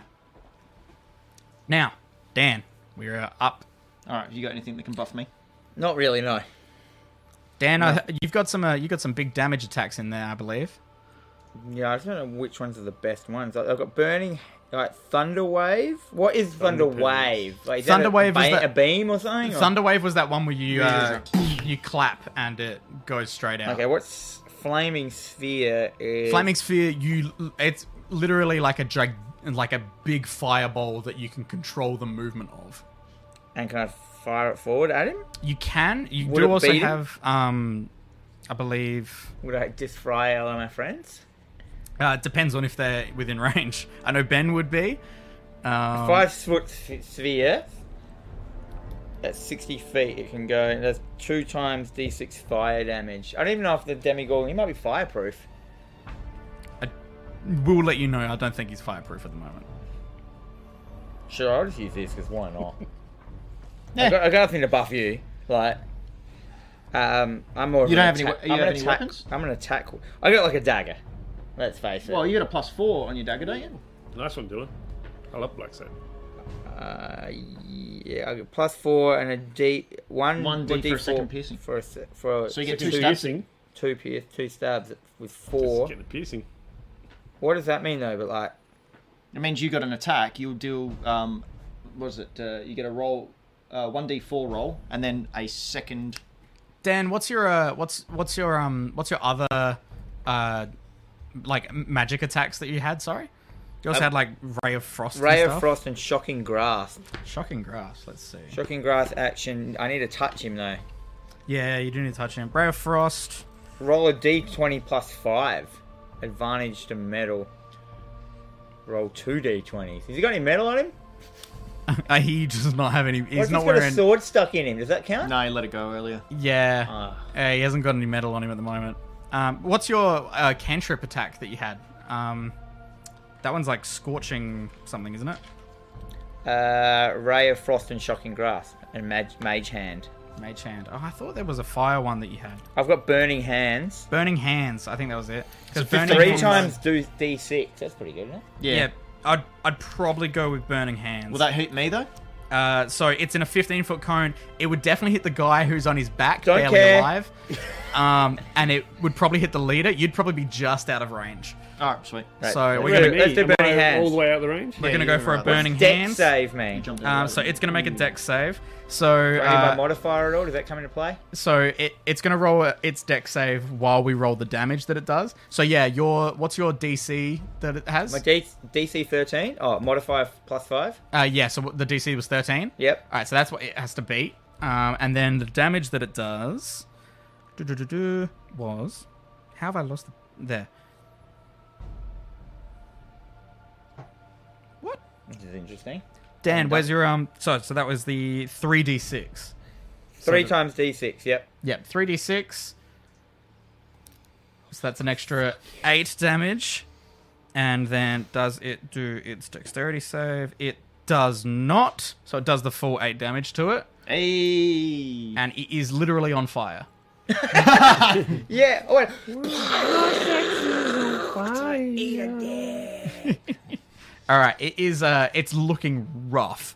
[SPEAKER 1] Now, Dan, we're uh, up.
[SPEAKER 3] All right, have you got anything that can buff me?
[SPEAKER 4] Not really, no.
[SPEAKER 1] Dan, I, you've got some uh, you got some big damage attacks in there, I believe.
[SPEAKER 4] Yeah, I just don't know which ones are the best ones. I- I've got burning, like thunder wave. What is thunder
[SPEAKER 2] Thunder
[SPEAKER 4] wave? Like, is
[SPEAKER 1] Thunder
[SPEAKER 4] that a,
[SPEAKER 1] wave is
[SPEAKER 4] ba-
[SPEAKER 1] that-
[SPEAKER 4] a beam or something? or-
[SPEAKER 1] Thunderwave was that one where you uh, you clap and it goes straight out.
[SPEAKER 4] Okay, what's flaming sphere? Is...
[SPEAKER 1] Flaming sphere, you it's literally like a drag, like a big fireball that you can control the movement of.
[SPEAKER 4] And can I fire it forward at him?
[SPEAKER 1] You can. You
[SPEAKER 4] Would
[SPEAKER 1] do
[SPEAKER 4] it
[SPEAKER 1] also
[SPEAKER 4] beat him?
[SPEAKER 1] have, um, I believe.
[SPEAKER 4] Would I just fry all of my friends?
[SPEAKER 1] Uh, it depends on if they're within range. I know Ben would be. Um,
[SPEAKER 4] Five foot sph- sphere. That's 60 feet. It can go. That's two times d6 fire damage. I don't even know if the demigorgon. He might be fireproof.
[SPEAKER 1] We'll let you know. I don't think he's fireproof at the moment.
[SPEAKER 4] Sure, I'll just use this because why not? I, got, I got nothing to buff you. Like, um, I'm more. of
[SPEAKER 3] You
[SPEAKER 4] an
[SPEAKER 3] don't have any
[SPEAKER 4] attack-
[SPEAKER 3] we- you
[SPEAKER 4] I'm
[SPEAKER 3] don't
[SPEAKER 4] an
[SPEAKER 3] have any
[SPEAKER 4] attack-
[SPEAKER 3] weapons?
[SPEAKER 4] I'm an attack. I got like a dagger. Let's face it.
[SPEAKER 3] Well, you got a plus four on your dagger, don't you?
[SPEAKER 2] Nice one, Dylan. I love Black Set.
[SPEAKER 4] Uh, yeah, I got plus four and a D one
[SPEAKER 3] One D
[SPEAKER 4] one
[SPEAKER 3] for a
[SPEAKER 4] D4
[SPEAKER 3] second piercing.
[SPEAKER 4] for a se- for a-
[SPEAKER 3] So you get
[SPEAKER 2] Two
[SPEAKER 3] two stabs.
[SPEAKER 2] piercing.
[SPEAKER 4] two pier- two stabs with
[SPEAKER 2] Just
[SPEAKER 4] four.
[SPEAKER 2] Get the piercing.
[SPEAKER 4] What does that mean though? But like,
[SPEAKER 3] It means you got an attack. You'll deal, um, what is it? Uh, you get a roll, uh, 1d4 roll, and then a second.
[SPEAKER 1] Dan, what's your uh, what's what's your um, what's your other uh, like m- magic attacks that you had? Sorry, you also had like ray of frost. and
[SPEAKER 4] Um, ray of
[SPEAKER 1] stuff?
[SPEAKER 4] frost and shocking grasp.
[SPEAKER 1] Shocking grass. Let's see.
[SPEAKER 4] Shocking grasp action. I need to touch him though.
[SPEAKER 1] yeah, you do need to touch him. Ray of frost.
[SPEAKER 4] Roll a d20 plus five. Advantage to metal. Roll two d20s. Has he got any metal on him?
[SPEAKER 1] Uh, he does not have any. He's
[SPEAKER 4] What if
[SPEAKER 1] not
[SPEAKER 4] he's got
[SPEAKER 1] wearing.
[SPEAKER 4] a sword stuck in him. Does that count?
[SPEAKER 3] No, you let it go earlier.
[SPEAKER 1] Yeah.
[SPEAKER 4] Ah.
[SPEAKER 1] Yeah, he hasn't got any metal on him at the moment. Um, what's your uh, cantrip attack that you had? Um, that one's like scorching something, isn't it?
[SPEAKER 4] Uh, ray of frost and shocking grasp and mage, mage hand.
[SPEAKER 1] Mage hand. Oh, I thought there was a fire one that you had.
[SPEAKER 4] I've got burning hands.
[SPEAKER 1] Burning hands. I think that was it. 'Cause burning
[SPEAKER 4] Three
[SPEAKER 1] hands-
[SPEAKER 4] times do d6. That's pretty good, isn't it?
[SPEAKER 3] Yeah.
[SPEAKER 1] Yeah. I'd, I'd probably go with burning hands.
[SPEAKER 3] Will that hit me, though?
[SPEAKER 1] uh, so it's in a 15 foot cone. It would definitely hit the guy who's on his back,
[SPEAKER 4] Don't
[SPEAKER 1] barely
[SPEAKER 4] care.
[SPEAKER 1] alive. Um, and it would probably hit the leader. You'd probably be just out of range.
[SPEAKER 3] All right, sweet.
[SPEAKER 4] Right.
[SPEAKER 1] So we're
[SPEAKER 2] Look
[SPEAKER 1] gonna
[SPEAKER 2] at
[SPEAKER 4] let's
[SPEAKER 2] me.
[SPEAKER 4] do
[SPEAKER 2] Am I
[SPEAKER 4] burning hands.
[SPEAKER 2] All the way out the range.
[SPEAKER 1] we're
[SPEAKER 3] Yeah,
[SPEAKER 1] gonna
[SPEAKER 3] you're
[SPEAKER 1] go for a
[SPEAKER 3] right.
[SPEAKER 1] burning
[SPEAKER 4] Deck
[SPEAKER 1] hands.
[SPEAKER 4] save me.
[SPEAKER 3] You jumped over
[SPEAKER 1] Um,
[SPEAKER 3] that
[SPEAKER 1] so
[SPEAKER 3] one.
[SPEAKER 1] it's going to make a deck save. So
[SPEAKER 4] Do I need my
[SPEAKER 1] uh,
[SPEAKER 4] modifier at all? Does that come into play?
[SPEAKER 1] so it, it's going to roll a, its deck save while we roll the damage that it does. So yeah, your what's your DC that it has?
[SPEAKER 4] My D- DC 13? Oh, modifier plus 5?
[SPEAKER 1] uh, yeah, so the DC was thirteen.
[SPEAKER 4] Yep.
[SPEAKER 1] All right, so that's what it has to beat. Um, and then the damage that it does doo-doo-doo-doo, was how have I lost the there? What?
[SPEAKER 4] This is interesting.
[SPEAKER 1] Dan, where's your um? So so that was the three D six.
[SPEAKER 4] Three
[SPEAKER 1] the-
[SPEAKER 4] times D6, yep.
[SPEAKER 1] Yep, 3d6. So that's an extra 8 damage. And then does it do its dexterity save? It does not. So it does the full 8 damage to it.
[SPEAKER 3] Hey.
[SPEAKER 1] And it is literally on fire.
[SPEAKER 4] Yeah. Oh, wait.
[SPEAKER 1] Alright, it is uh it's looking rough.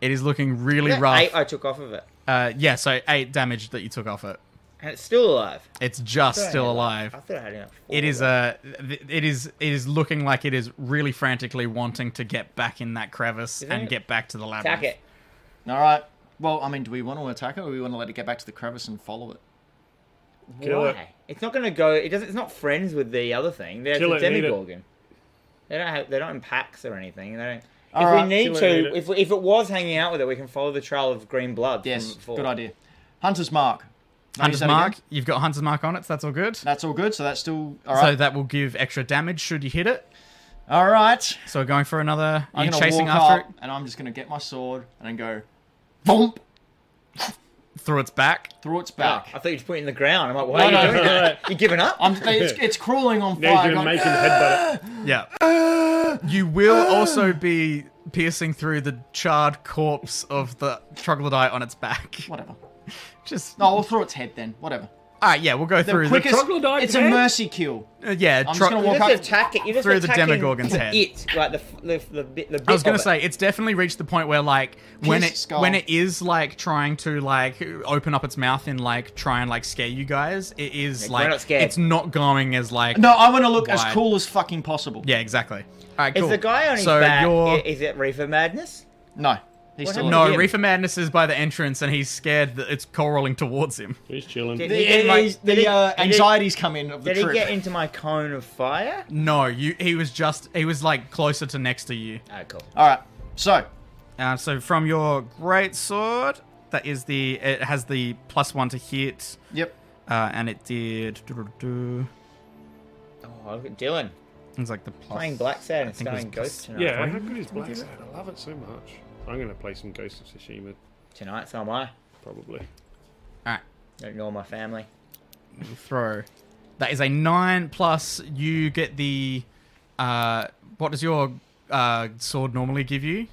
[SPEAKER 1] It is looking really rough.
[SPEAKER 4] Eight I took off of it.
[SPEAKER 1] Uh yeah, so eight damage that you took off it.
[SPEAKER 4] And it's still alive.
[SPEAKER 1] It's just
[SPEAKER 4] I
[SPEAKER 1] still
[SPEAKER 4] had-
[SPEAKER 1] alive.
[SPEAKER 4] I thought I had enough.
[SPEAKER 1] It is uh, th- it is it is looking like it is really frantically wanting to get back in that crevice
[SPEAKER 4] Isn't
[SPEAKER 1] and
[SPEAKER 4] it?
[SPEAKER 1] get back to the labyrinth.
[SPEAKER 4] Attack it.
[SPEAKER 3] All right. Well, I mean, do we want to attack it, or do we want to let it get back to the crevice and follow it?
[SPEAKER 2] Kill it.
[SPEAKER 4] Why? It's not going to go. It doesn't. It's not friends with the other thing. There's
[SPEAKER 2] Kill
[SPEAKER 4] a
[SPEAKER 2] it, need it.
[SPEAKER 4] demigorgon. They don't have. They're not in packs or anything. They don't.
[SPEAKER 3] All
[SPEAKER 4] if
[SPEAKER 3] right,
[SPEAKER 4] we need
[SPEAKER 2] kill it, need it.
[SPEAKER 4] to, if, if it was hanging out with it, we can follow the trail of green blood.
[SPEAKER 3] Yes.
[SPEAKER 4] from before.
[SPEAKER 3] Good idea. Hunter's mark. Can I
[SPEAKER 1] Hunter's
[SPEAKER 3] use that
[SPEAKER 1] mark.
[SPEAKER 3] again?
[SPEAKER 1] You've got Hunter's mark on it, so that's all good.
[SPEAKER 3] That's all good. So that's still all
[SPEAKER 1] So
[SPEAKER 3] right.
[SPEAKER 1] that will give extra damage should you hit it.
[SPEAKER 3] all right.
[SPEAKER 1] So we're going for another.
[SPEAKER 3] I'm
[SPEAKER 1] You're
[SPEAKER 3] gonna
[SPEAKER 1] chasing
[SPEAKER 3] walk
[SPEAKER 1] after
[SPEAKER 3] up, and I'm just gonna get my sword and then go, bump
[SPEAKER 1] it through its back.
[SPEAKER 3] through its
[SPEAKER 4] Oh, I
[SPEAKER 3] back.
[SPEAKER 4] thought you just put it in the ground. I'm like, why
[SPEAKER 3] No,
[SPEAKER 4] are you
[SPEAKER 3] no,
[SPEAKER 4] doing
[SPEAKER 2] no,
[SPEAKER 4] that? You giving up?
[SPEAKER 3] I'm, it's, it's crawling on
[SPEAKER 2] Now
[SPEAKER 3] fire.
[SPEAKER 2] you're
[SPEAKER 3] going, Uh,
[SPEAKER 2] making headbutt. it.
[SPEAKER 1] Yeah. You will also be piercing through the charred corpse of the troglodyte on its back.
[SPEAKER 3] Whatever.
[SPEAKER 1] Just
[SPEAKER 3] No, we'll throw its head then. Whatever.
[SPEAKER 1] all right, yeah, we'll go
[SPEAKER 3] The
[SPEAKER 1] through
[SPEAKER 3] quickest.
[SPEAKER 2] troglodyte's
[SPEAKER 3] it's a
[SPEAKER 2] head?
[SPEAKER 3] mercy kill.
[SPEAKER 1] the uh, yeah.
[SPEAKER 3] I'm just
[SPEAKER 1] tro-
[SPEAKER 3] gonna
[SPEAKER 4] You
[SPEAKER 3] walk
[SPEAKER 4] just
[SPEAKER 3] up-
[SPEAKER 4] attack it. You just
[SPEAKER 1] Through the
[SPEAKER 4] attacking
[SPEAKER 1] Demogorgon's head.
[SPEAKER 4] It like the f- the the bit. The bit
[SPEAKER 1] I was
[SPEAKER 4] going
[SPEAKER 1] gonna
[SPEAKER 4] to
[SPEAKER 1] say it's definitely reached the point where like when
[SPEAKER 3] Pierce
[SPEAKER 1] it
[SPEAKER 3] skull.
[SPEAKER 1] when it is like trying to like open up its mouth and like try and like scare you guys, it is
[SPEAKER 4] Yeah, we're
[SPEAKER 1] like
[SPEAKER 4] not scared.
[SPEAKER 1] it's not going as like
[SPEAKER 3] No, I want to look as
[SPEAKER 1] Wide.
[SPEAKER 3] cool as fucking possible.
[SPEAKER 1] yeah exactly. All right,
[SPEAKER 4] Is
[SPEAKER 1] cool.
[SPEAKER 4] the guy on his
[SPEAKER 1] so
[SPEAKER 4] back?
[SPEAKER 1] You're,
[SPEAKER 4] i- Is it Reefer Madness?
[SPEAKER 3] No. He's
[SPEAKER 4] What
[SPEAKER 3] still
[SPEAKER 4] happened
[SPEAKER 1] no,
[SPEAKER 4] him.
[SPEAKER 1] Reefer Madness is by the entrance, and he's scared that it's coal rolling towards him.
[SPEAKER 2] He's chilling.
[SPEAKER 4] Did-
[SPEAKER 3] The,
[SPEAKER 4] He didn't like-
[SPEAKER 3] he's-
[SPEAKER 4] did he-
[SPEAKER 3] the uh,
[SPEAKER 4] did he-
[SPEAKER 3] anxieties come in of the
[SPEAKER 4] Did he
[SPEAKER 3] trip.
[SPEAKER 4] get into my cone of fire?
[SPEAKER 1] No, you. He was just. He was like closer to next to you.
[SPEAKER 4] Oh, cool.
[SPEAKER 3] All right. So,
[SPEAKER 1] Uh, so from your great sword, that is the. It has the plus one to hit,
[SPEAKER 3] yep.
[SPEAKER 1] uh, and it did. doo-doo-doo.
[SPEAKER 4] Oh, look at Dylan
[SPEAKER 1] It's like the plus.
[SPEAKER 4] playing Black Sad and
[SPEAKER 1] think it was
[SPEAKER 4] starting Ghost tonight.
[SPEAKER 2] yeah, how good is Black Sad? I love it so much. I'm going to play some Ghost of Tsushima,
[SPEAKER 4] Tonight, so am I.
[SPEAKER 2] probably.
[SPEAKER 1] All right,
[SPEAKER 4] Don't ignore my family.
[SPEAKER 1] we'll throw. That is a nine plus. You get the. Uh, what does your uh, sword normally give you?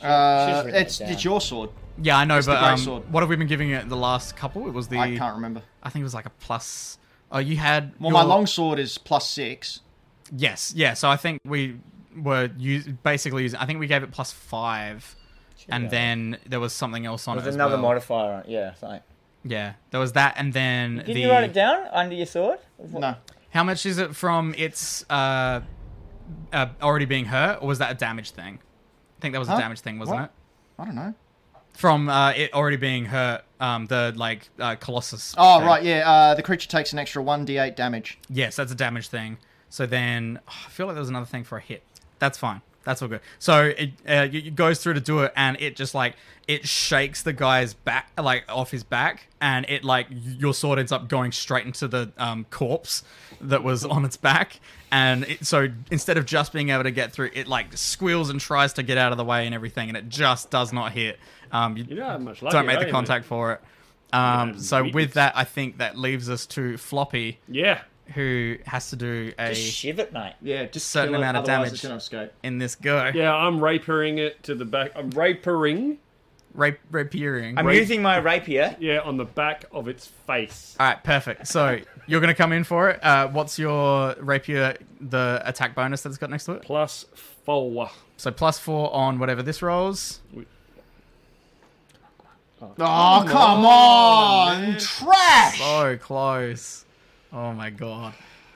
[SPEAKER 3] Uh,
[SPEAKER 4] written
[SPEAKER 3] it's,
[SPEAKER 4] that down.
[SPEAKER 3] it's your sword.
[SPEAKER 1] Yeah, I know,
[SPEAKER 3] the
[SPEAKER 1] but
[SPEAKER 3] great
[SPEAKER 1] um,
[SPEAKER 3] sword.
[SPEAKER 1] what have we been giving it the last couple? It was the.
[SPEAKER 3] I can't remember.
[SPEAKER 1] I think it was like a plus. Oh, you had.
[SPEAKER 3] Well,
[SPEAKER 1] your-
[SPEAKER 3] my long sword is plus six.
[SPEAKER 1] Yes, yeah. So I think we were us- basically using. I think we gave it plus five, and
[SPEAKER 4] Cheerio.
[SPEAKER 1] then there was something else on
[SPEAKER 4] There's
[SPEAKER 1] it. as
[SPEAKER 4] another
[SPEAKER 1] well.
[SPEAKER 4] modifier on it. Yeah, it's like.
[SPEAKER 1] Yeah, there was that, and then
[SPEAKER 4] Did
[SPEAKER 1] the.
[SPEAKER 4] you write it down under your sword?
[SPEAKER 3] No.
[SPEAKER 1] How much is it from its uh, uh, already being hurt, or was that a damage thing? I think that was
[SPEAKER 3] Huh?
[SPEAKER 1] a damage thing, wasn't
[SPEAKER 3] What? I don't know.
[SPEAKER 1] it? From uh, it already being hurt, um, the like uh, colossus.
[SPEAKER 3] Oh,
[SPEAKER 1] thing.
[SPEAKER 3] right. Yeah. Uh, the creature takes an extra 1d8 damage.
[SPEAKER 1] Yes, that's a damage thing. So then oh, I feel like there was another thing for a hit. That's fine. That's all good. So it, uh, it it goes through to do it, and it just like it shakes the guy's back, like off his back, and it like y- your sword ends up going straight into the um, corpse that was on its back, and it, so instead of just being able to get through, it like squeals and tries to get out of the way and everything, and it just does not hit. Um, you,
[SPEAKER 2] You know how much luck
[SPEAKER 1] don't
[SPEAKER 2] you
[SPEAKER 1] make
[SPEAKER 2] don't
[SPEAKER 1] the
[SPEAKER 2] even-
[SPEAKER 1] contact for it. Um,
[SPEAKER 2] Yeah,
[SPEAKER 1] so with
[SPEAKER 2] weakness.
[SPEAKER 1] that, I think that leaves us to Floppy
[SPEAKER 2] Yeah.
[SPEAKER 1] who has to do a
[SPEAKER 4] Just shiv it, mate.
[SPEAKER 3] Yeah, just
[SPEAKER 1] Certain kill it, amount of otherwise it's damage. gonna
[SPEAKER 3] escape.
[SPEAKER 1] in this go.
[SPEAKER 2] Yeah, I'm rapering it to the back. I'm rapering,
[SPEAKER 1] Rape, rapiering.
[SPEAKER 4] I'm
[SPEAKER 1] Rape-
[SPEAKER 4] using my rapier.
[SPEAKER 2] yeah, on the back of its face.
[SPEAKER 1] All right, perfect. So you're going to come in for it. Uh, what's your rapier? The attack bonus that it's got next to it.
[SPEAKER 2] Plus four.
[SPEAKER 1] So plus four on whatever this rolls.
[SPEAKER 3] Oh, come on. Trash.
[SPEAKER 1] So close. Oh my god. All
[SPEAKER 2] Do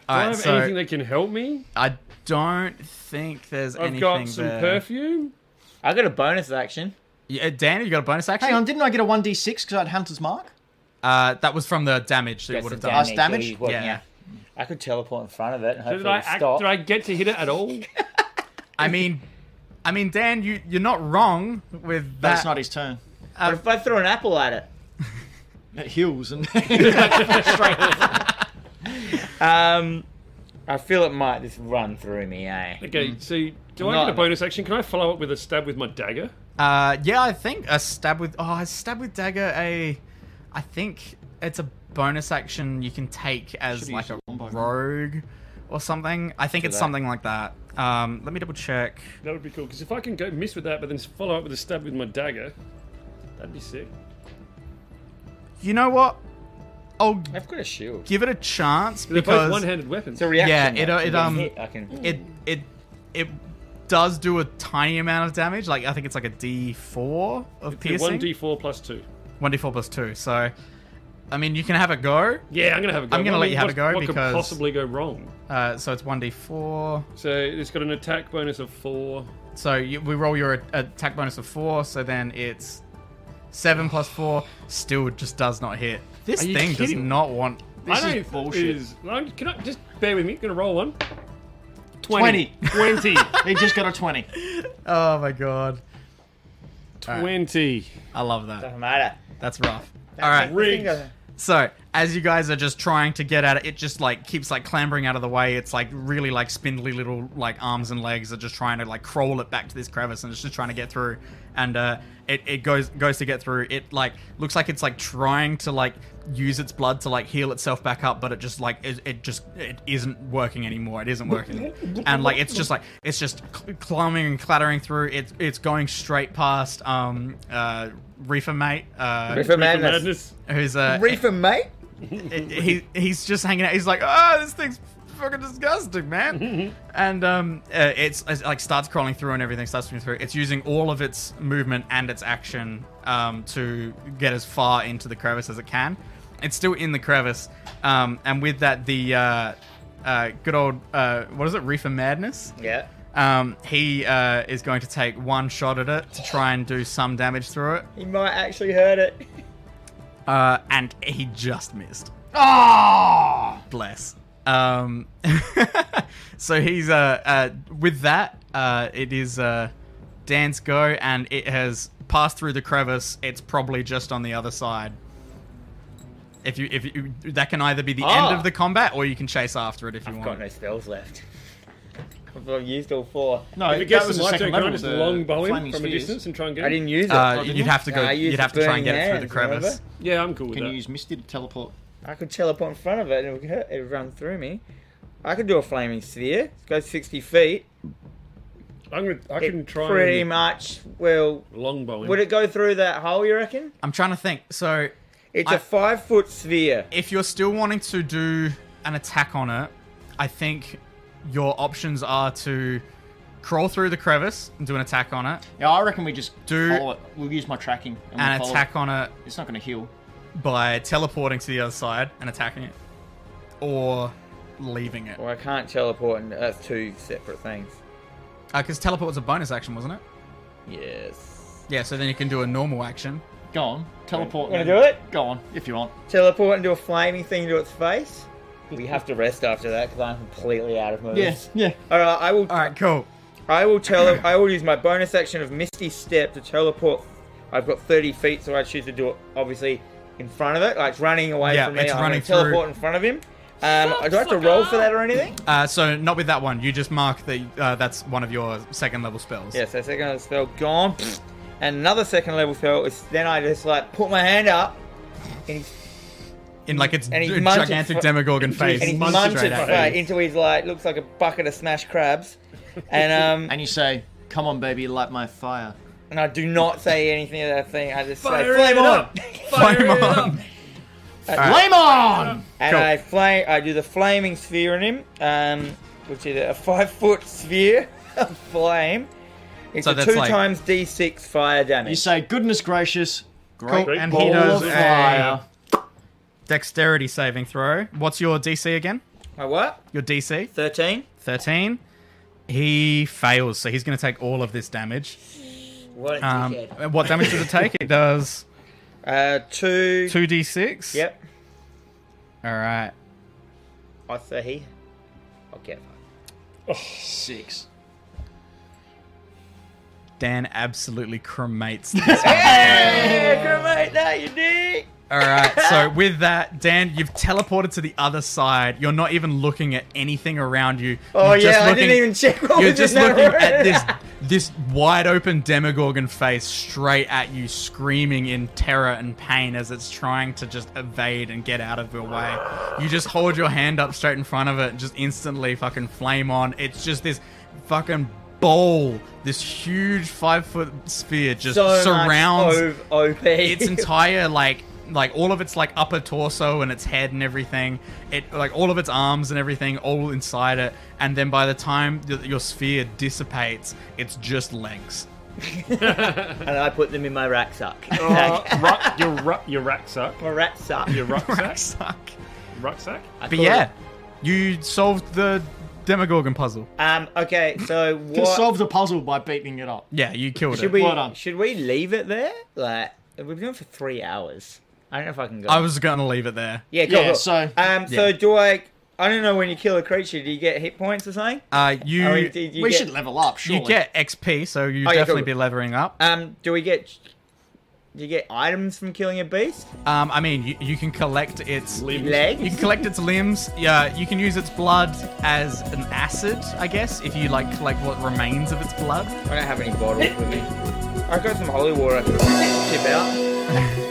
[SPEAKER 2] I
[SPEAKER 1] right,
[SPEAKER 2] have
[SPEAKER 1] so
[SPEAKER 2] anything that can help me?
[SPEAKER 1] I don't think there's
[SPEAKER 2] I've
[SPEAKER 1] anything
[SPEAKER 2] got some
[SPEAKER 1] there.
[SPEAKER 2] perfume.
[SPEAKER 4] I got a bonus action.
[SPEAKER 1] Yeah, Dan, you got a bonus action.
[SPEAKER 3] Hang on. Didn't I get a 1d6 because I had Hunter's Mark?
[SPEAKER 1] Uh, that was from the damage that you
[SPEAKER 4] That's
[SPEAKER 1] would have
[SPEAKER 4] the
[SPEAKER 1] done.
[SPEAKER 3] Us
[SPEAKER 4] that
[SPEAKER 3] damage?
[SPEAKER 4] he's working
[SPEAKER 1] Yeah.
[SPEAKER 4] out. I could teleport in front of it and hopefully
[SPEAKER 2] Did I,
[SPEAKER 4] it'll
[SPEAKER 2] act,
[SPEAKER 4] stop.
[SPEAKER 2] did I get to hit it at all?
[SPEAKER 1] I mean, I mean, Dan, you you're not wrong with that.
[SPEAKER 3] That's not his turn.
[SPEAKER 4] But Um, if I throw an apple at it,
[SPEAKER 3] It heals and.
[SPEAKER 4] um, I feel it might just run through me, eh?
[SPEAKER 2] Okay, so do I
[SPEAKER 4] No.
[SPEAKER 2] get a bonus action? Can I follow up with a stab with my dagger?
[SPEAKER 1] Uh, yeah, I think a stab with oh, is stab with dagger. A, I think it's a bonus action you can take as
[SPEAKER 3] Should've
[SPEAKER 1] like a
[SPEAKER 3] used the longbow.
[SPEAKER 1] rogue or something. I think it's
[SPEAKER 4] that.
[SPEAKER 1] something like that. Um, let me double check.
[SPEAKER 2] That would be cool, because if I can go miss with that, but then follow up with a stab with my dagger, that'd be sick.
[SPEAKER 1] You know what? I'll
[SPEAKER 4] I've got a shield.
[SPEAKER 1] give it a chance
[SPEAKER 2] They're both
[SPEAKER 1] because
[SPEAKER 2] one-handed weapons.
[SPEAKER 4] It's a reaction.
[SPEAKER 1] Yeah, it-
[SPEAKER 4] though.
[SPEAKER 1] it,
[SPEAKER 4] If
[SPEAKER 1] um,
[SPEAKER 4] hit, I can.
[SPEAKER 1] it it it does do a tiny amount of damage. Like I think it's like a D four of
[SPEAKER 2] One
[SPEAKER 1] piercing,
[SPEAKER 2] d4 plus two.
[SPEAKER 1] one D four plus two. So, I mean, you can have a go.
[SPEAKER 2] Yeah, I'm gonna have a go.
[SPEAKER 1] I'm gonna
[SPEAKER 2] I
[SPEAKER 1] let
[SPEAKER 2] mean,
[SPEAKER 1] you have a
[SPEAKER 2] what-
[SPEAKER 1] go
[SPEAKER 2] what
[SPEAKER 1] because-
[SPEAKER 2] could possibly go wrong?
[SPEAKER 1] Uh, so it's one D four.
[SPEAKER 2] So it's got an attack bonus of four.
[SPEAKER 1] So you, we roll your a- attack bonus of four, so then it's seven plus four. Still, just does not hit. This
[SPEAKER 2] Are you
[SPEAKER 1] thing does
[SPEAKER 2] kidding?
[SPEAKER 1] not want.
[SPEAKER 3] This
[SPEAKER 2] I
[SPEAKER 3] is
[SPEAKER 2] don't think
[SPEAKER 3] bullshit.
[SPEAKER 2] it is- I'm- can I just bear with me? Gonna roll one.
[SPEAKER 3] 20.
[SPEAKER 2] 20.
[SPEAKER 3] he just got a 20.
[SPEAKER 1] Oh my god,
[SPEAKER 2] 20.
[SPEAKER 1] I love that.
[SPEAKER 4] Doesn't matter.
[SPEAKER 2] uh,
[SPEAKER 1] That's rough. All right,
[SPEAKER 2] Rigged.
[SPEAKER 1] so as you guys are just trying to get at it, it just like keeps like clambering out of the way. It's like really like spindly little like arms and legs are just trying to like crawl it back to this crevice and it's just trying to get through. And uh, it, it goes goes to get through. It like looks like it's like trying to like use its blood to like heal itself back up, but it just like it, it just it isn't working anymore. It isn't working, and like it's just like it's just cl- climbing and clattering through. It's it's going straight past um uh reefer mate uh
[SPEAKER 4] Reefer
[SPEAKER 2] Reefer
[SPEAKER 4] Madness.
[SPEAKER 2] madness.
[SPEAKER 1] who's uh
[SPEAKER 4] Reefer mate?
[SPEAKER 1] he he's just hanging out. He's like, oh, this thing's fucking disgusting, man. and um, uh, it's, it's like starts crawling through and everything starts moving through. It's using all of its movement and its action um, to get as far into the crevice as it can. It's still in the crevice, um, and with that, the uh, uh, good old uh, what is it, reefer madness?
[SPEAKER 4] Yeah.
[SPEAKER 1] Um, he uh, is going to take one shot at it to try and do some damage through it,
[SPEAKER 4] He might actually hurt it.
[SPEAKER 1] uh, and he just missed.
[SPEAKER 3] Ah!
[SPEAKER 1] bless. Um, so he's uh, uh with that uh it is uh dance go and it has passed through the crevice. It's probably just on the other side. If you if you that can either be the
[SPEAKER 4] Ah.
[SPEAKER 1] end of the combat or you can chase after it if you
[SPEAKER 4] I've got
[SPEAKER 1] want.
[SPEAKER 4] no spells left. I've I've used all four.
[SPEAKER 3] No,
[SPEAKER 2] If it
[SPEAKER 3] that
[SPEAKER 2] gets
[SPEAKER 3] was
[SPEAKER 2] to
[SPEAKER 3] the
[SPEAKER 2] my turn,
[SPEAKER 3] second
[SPEAKER 2] can I
[SPEAKER 3] level.
[SPEAKER 2] just
[SPEAKER 3] the
[SPEAKER 2] longbow him
[SPEAKER 3] flaming
[SPEAKER 2] from a
[SPEAKER 3] spheres.
[SPEAKER 2] distance and try and get
[SPEAKER 4] I
[SPEAKER 2] him?
[SPEAKER 4] didn't use it.
[SPEAKER 1] Uh,
[SPEAKER 4] Oh, did
[SPEAKER 1] you'd
[SPEAKER 4] you?
[SPEAKER 1] have to go.
[SPEAKER 4] No, I used
[SPEAKER 1] you'd
[SPEAKER 4] the
[SPEAKER 1] have to try and
[SPEAKER 4] burning
[SPEAKER 1] get it through the
[SPEAKER 4] hands,
[SPEAKER 1] crevice.
[SPEAKER 4] remember?
[SPEAKER 2] Yeah, I'm cool with
[SPEAKER 3] Can you
[SPEAKER 2] that.
[SPEAKER 3] use Misty to teleport?
[SPEAKER 4] I could teleport in front of it and it would, hurt, it would run through me. I could do a flaming sphere. Go 60 feet.
[SPEAKER 2] I'm gonna, I
[SPEAKER 4] It
[SPEAKER 2] can try
[SPEAKER 4] pretty
[SPEAKER 2] and
[SPEAKER 4] much will.
[SPEAKER 2] longbow him.
[SPEAKER 4] Would it go through that hole, you reckon?
[SPEAKER 1] I'm trying to think. So
[SPEAKER 4] It's
[SPEAKER 1] I-
[SPEAKER 4] a five foot sphere.
[SPEAKER 1] if you're still wanting to do an attack on it, I think your options are to crawl through the crevice and do an attack on it,
[SPEAKER 3] Yeah, I reckon we just
[SPEAKER 1] Do-
[SPEAKER 3] follow it. We'll use my tracking and,
[SPEAKER 1] and
[SPEAKER 3] we'll follow
[SPEAKER 1] attack on it
[SPEAKER 3] It. It's not going to heal.
[SPEAKER 1] by teleporting to the other side and attacking it, or leaving it.
[SPEAKER 4] Well, I can't teleport, and that's two separate things.
[SPEAKER 1] Because Uh, teleport was a bonus action, wasn't it?
[SPEAKER 4] Yes.
[SPEAKER 1] Yeah, so then you can do a normal action.
[SPEAKER 3] Go on, teleport.
[SPEAKER 4] Wanna
[SPEAKER 3] then.
[SPEAKER 4] do it?
[SPEAKER 3] Go on, if you want.
[SPEAKER 4] Teleport into a flaming thing into its face. We have to rest after that because I'm completely out of moves.
[SPEAKER 3] yeah.
[SPEAKER 4] All right, I will.
[SPEAKER 1] All right, cool.
[SPEAKER 4] I will tell. I will use my bonus action of Misty Step to teleport. I've got 30 feet, so I choose to do it obviously in front of it, like it's running away
[SPEAKER 1] Yeah,
[SPEAKER 4] from me.
[SPEAKER 1] it's
[SPEAKER 4] I'm
[SPEAKER 1] running
[SPEAKER 4] gonna teleport
[SPEAKER 1] through.
[SPEAKER 4] in front of him. Um, do I have to roll for that or anything?
[SPEAKER 1] Uh, so not with that one. You just mark that uh, that's one of your second level spells.
[SPEAKER 4] Yes, yeah, so second level spell gone, and another second level spell is then I just like put my hand up, and he's
[SPEAKER 1] In like its
[SPEAKER 4] And he's
[SPEAKER 1] gi-
[SPEAKER 4] munted
[SPEAKER 1] gigantic
[SPEAKER 4] fr-
[SPEAKER 1] demogorgon face.
[SPEAKER 4] and he
[SPEAKER 2] Munch
[SPEAKER 4] munches
[SPEAKER 1] straight
[SPEAKER 4] it
[SPEAKER 1] at
[SPEAKER 4] right
[SPEAKER 1] you.
[SPEAKER 4] into his like looks like a bucket of smashed crabs, and um
[SPEAKER 3] And you say, "Come on, baby, light my fire."
[SPEAKER 4] and I do not say anything of that thing. I just
[SPEAKER 2] Fire
[SPEAKER 4] say
[SPEAKER 2] it
[SPEAKER 4] flame on,
[SPEAKER 2] up!
[SPEAKER 1] Flame
[SPEAKER 2] Fire it
[SPEAKER 1] on.
[SPEAKER 2] up!
[SPEAKER 3] Flame on!
[SPEAKER 4] and
[SPEAKER 1] Cool.
[SPEAKER 4] I flame. I do the flaming sphere on him, um, which is a five foot sphere of flame. It's
[SPEAKER 1] So
[SPEAKER 4] a
[SPEAKER 1] that's
[SPEAKER 4] two
[SPEAKER 1] like-
[SPEAKER 4] times d6 fire
[SPEAKER 3] You
[SPEAKER 4] damage.
[SPEAKER 3] say, "Goodness gracious!" Great
[SPEAKER 1] Cool, and
[SPEAKER 3] ball
[SPEAKER 1] he does
[SPEAKER 3] of
[SPEAKER 1] a-
[SPEAKER 3] fire.
[SPEAKER 1] Dexterity saving throw. What's your DC again?
[SPEAKER 4] My what?
[SPEAKER 1] Your DC?
[SPEAKER 4] Thirteen.
[SPEAKER 1] 13. He fails, so he's going to take all of this damage.
[SPEAKER 4] What?
[SPEAKER 1] Um, what damage does it take? It does
[SPEAKER 4] uh, two.
[SPEAKER 1] 2d6.
[SPEAKER 4] Yep.
[SPEAKER 1] All right.
[SPEAKER 4] I say he. Okay.
[SPEAKER 3] Six.
[SPEAKER 1] Dan absolutely cremates this.
[SPEAKER 4] Hey, cremate that, you dick.
[SPEAKER 1] All right. So with that, Dan, you've teleported to the other side. You're not even looking at anything around you.
[SPEAKER 4] Oh
[SPEAKER 1] You're just
[SPEAKER 4] yeah, I
[SPEAKER 1] looking-
[SPEAKER 4] didn't even check. What
[SPEAKER 1] You're
[SPEAKER 4] was
[SPEAKER 1] just
[SPEAKER 4] in that
[SPEAKER 1] looking
[SPEAKER 4] room.
[SPEAKER 1] at this this wide open demogorgon face straight at you, screaming in terror and pain as it's trying to just evade and get out of your way. You just hold your hand up straight in front of it and just instantly fucking flame on. It's just this fucking bowl, this huge five foot sphere just
[SPEAKER 4] so
[SPEAKER 1] surrounds
[SPEAKER 4] much ov- OP.
[SPEAKER 1] its entire like like all of its like upper torso and its head and everything it like all of its arms and everything all inside it and then by the time th- your sphere dissipates it's just legs
[SPEAKER 4] and I put them in my rucksack. Oh.
[SPEAKER 2] Uh, ruck, your, ruck, your rucksack.
[SPEAKER 4] my rucksack.
[SPEAKER 2] Your rucksack.
[SPEAKER 1] Suck.
[SPEAKER 2] rucksack.
[SPEAKER 4] I
[SPEAKER 1] but
[SPEAKER 4] thought-
[SPEAKER 1] yeah you solved the demogorgon puzzle
[SPEAKER 4] Um. Okay. So
[SPEAKER 3] You
[SPEAKER 4] what?
[SPEAKER 3] solve the puzzle by beating it up.
[SPEAKER 1] yeah you killed it
[SPEAKER 4] should we?
[SPEAKER 3] Well done.
[SPEAKER 4] Should we leave it there? Like we've been doing for three hours. I don't know if I can go.
[SPEAKER 1] i was gonna leave it there
[SPEAKER 4] Yeah. Cool,
[SPEAKER 3] Oh, Yeah,
[SPEAKER 4] cool.
[SPEAKER 3] so-
[SPEAKER 4] Um. So
[SPEAKER 1] Yeah.
[SPEAKER 4] do I? I don't know when you kill a creature. Do you get hit points or something?
[SPEAKER 1] uh
[SPEAKER 4] Or do
[SPEAKER 1] you
[SPEAKER 4] Oh, you
[SPEAKER 3] we
[SPEAKER 4] get-
[SPEAKER 3] should level up, surely.
[SPEAKER 1] you get xp so you
[SPEAKER 4] Oh, yeah,
[SPEAKER 1] definitely
[SPEAKER 4] cool.
[SPEAKER 1] be leveling up
[SPEAKER 4] Um. Do we get? Do you get items from killing a beast?
[SPEAKER 1] Um, I mean, you, you can collect its You
[SPEAKER 4] Legs?
[SPEAKER 1] can collect its limbs. Yeah, you can use its blood as an acid, I guess, if you like collect what remains of its blood.
[SPEAKER 4] I don't have any bottles with me. I got some holy water I could chip out.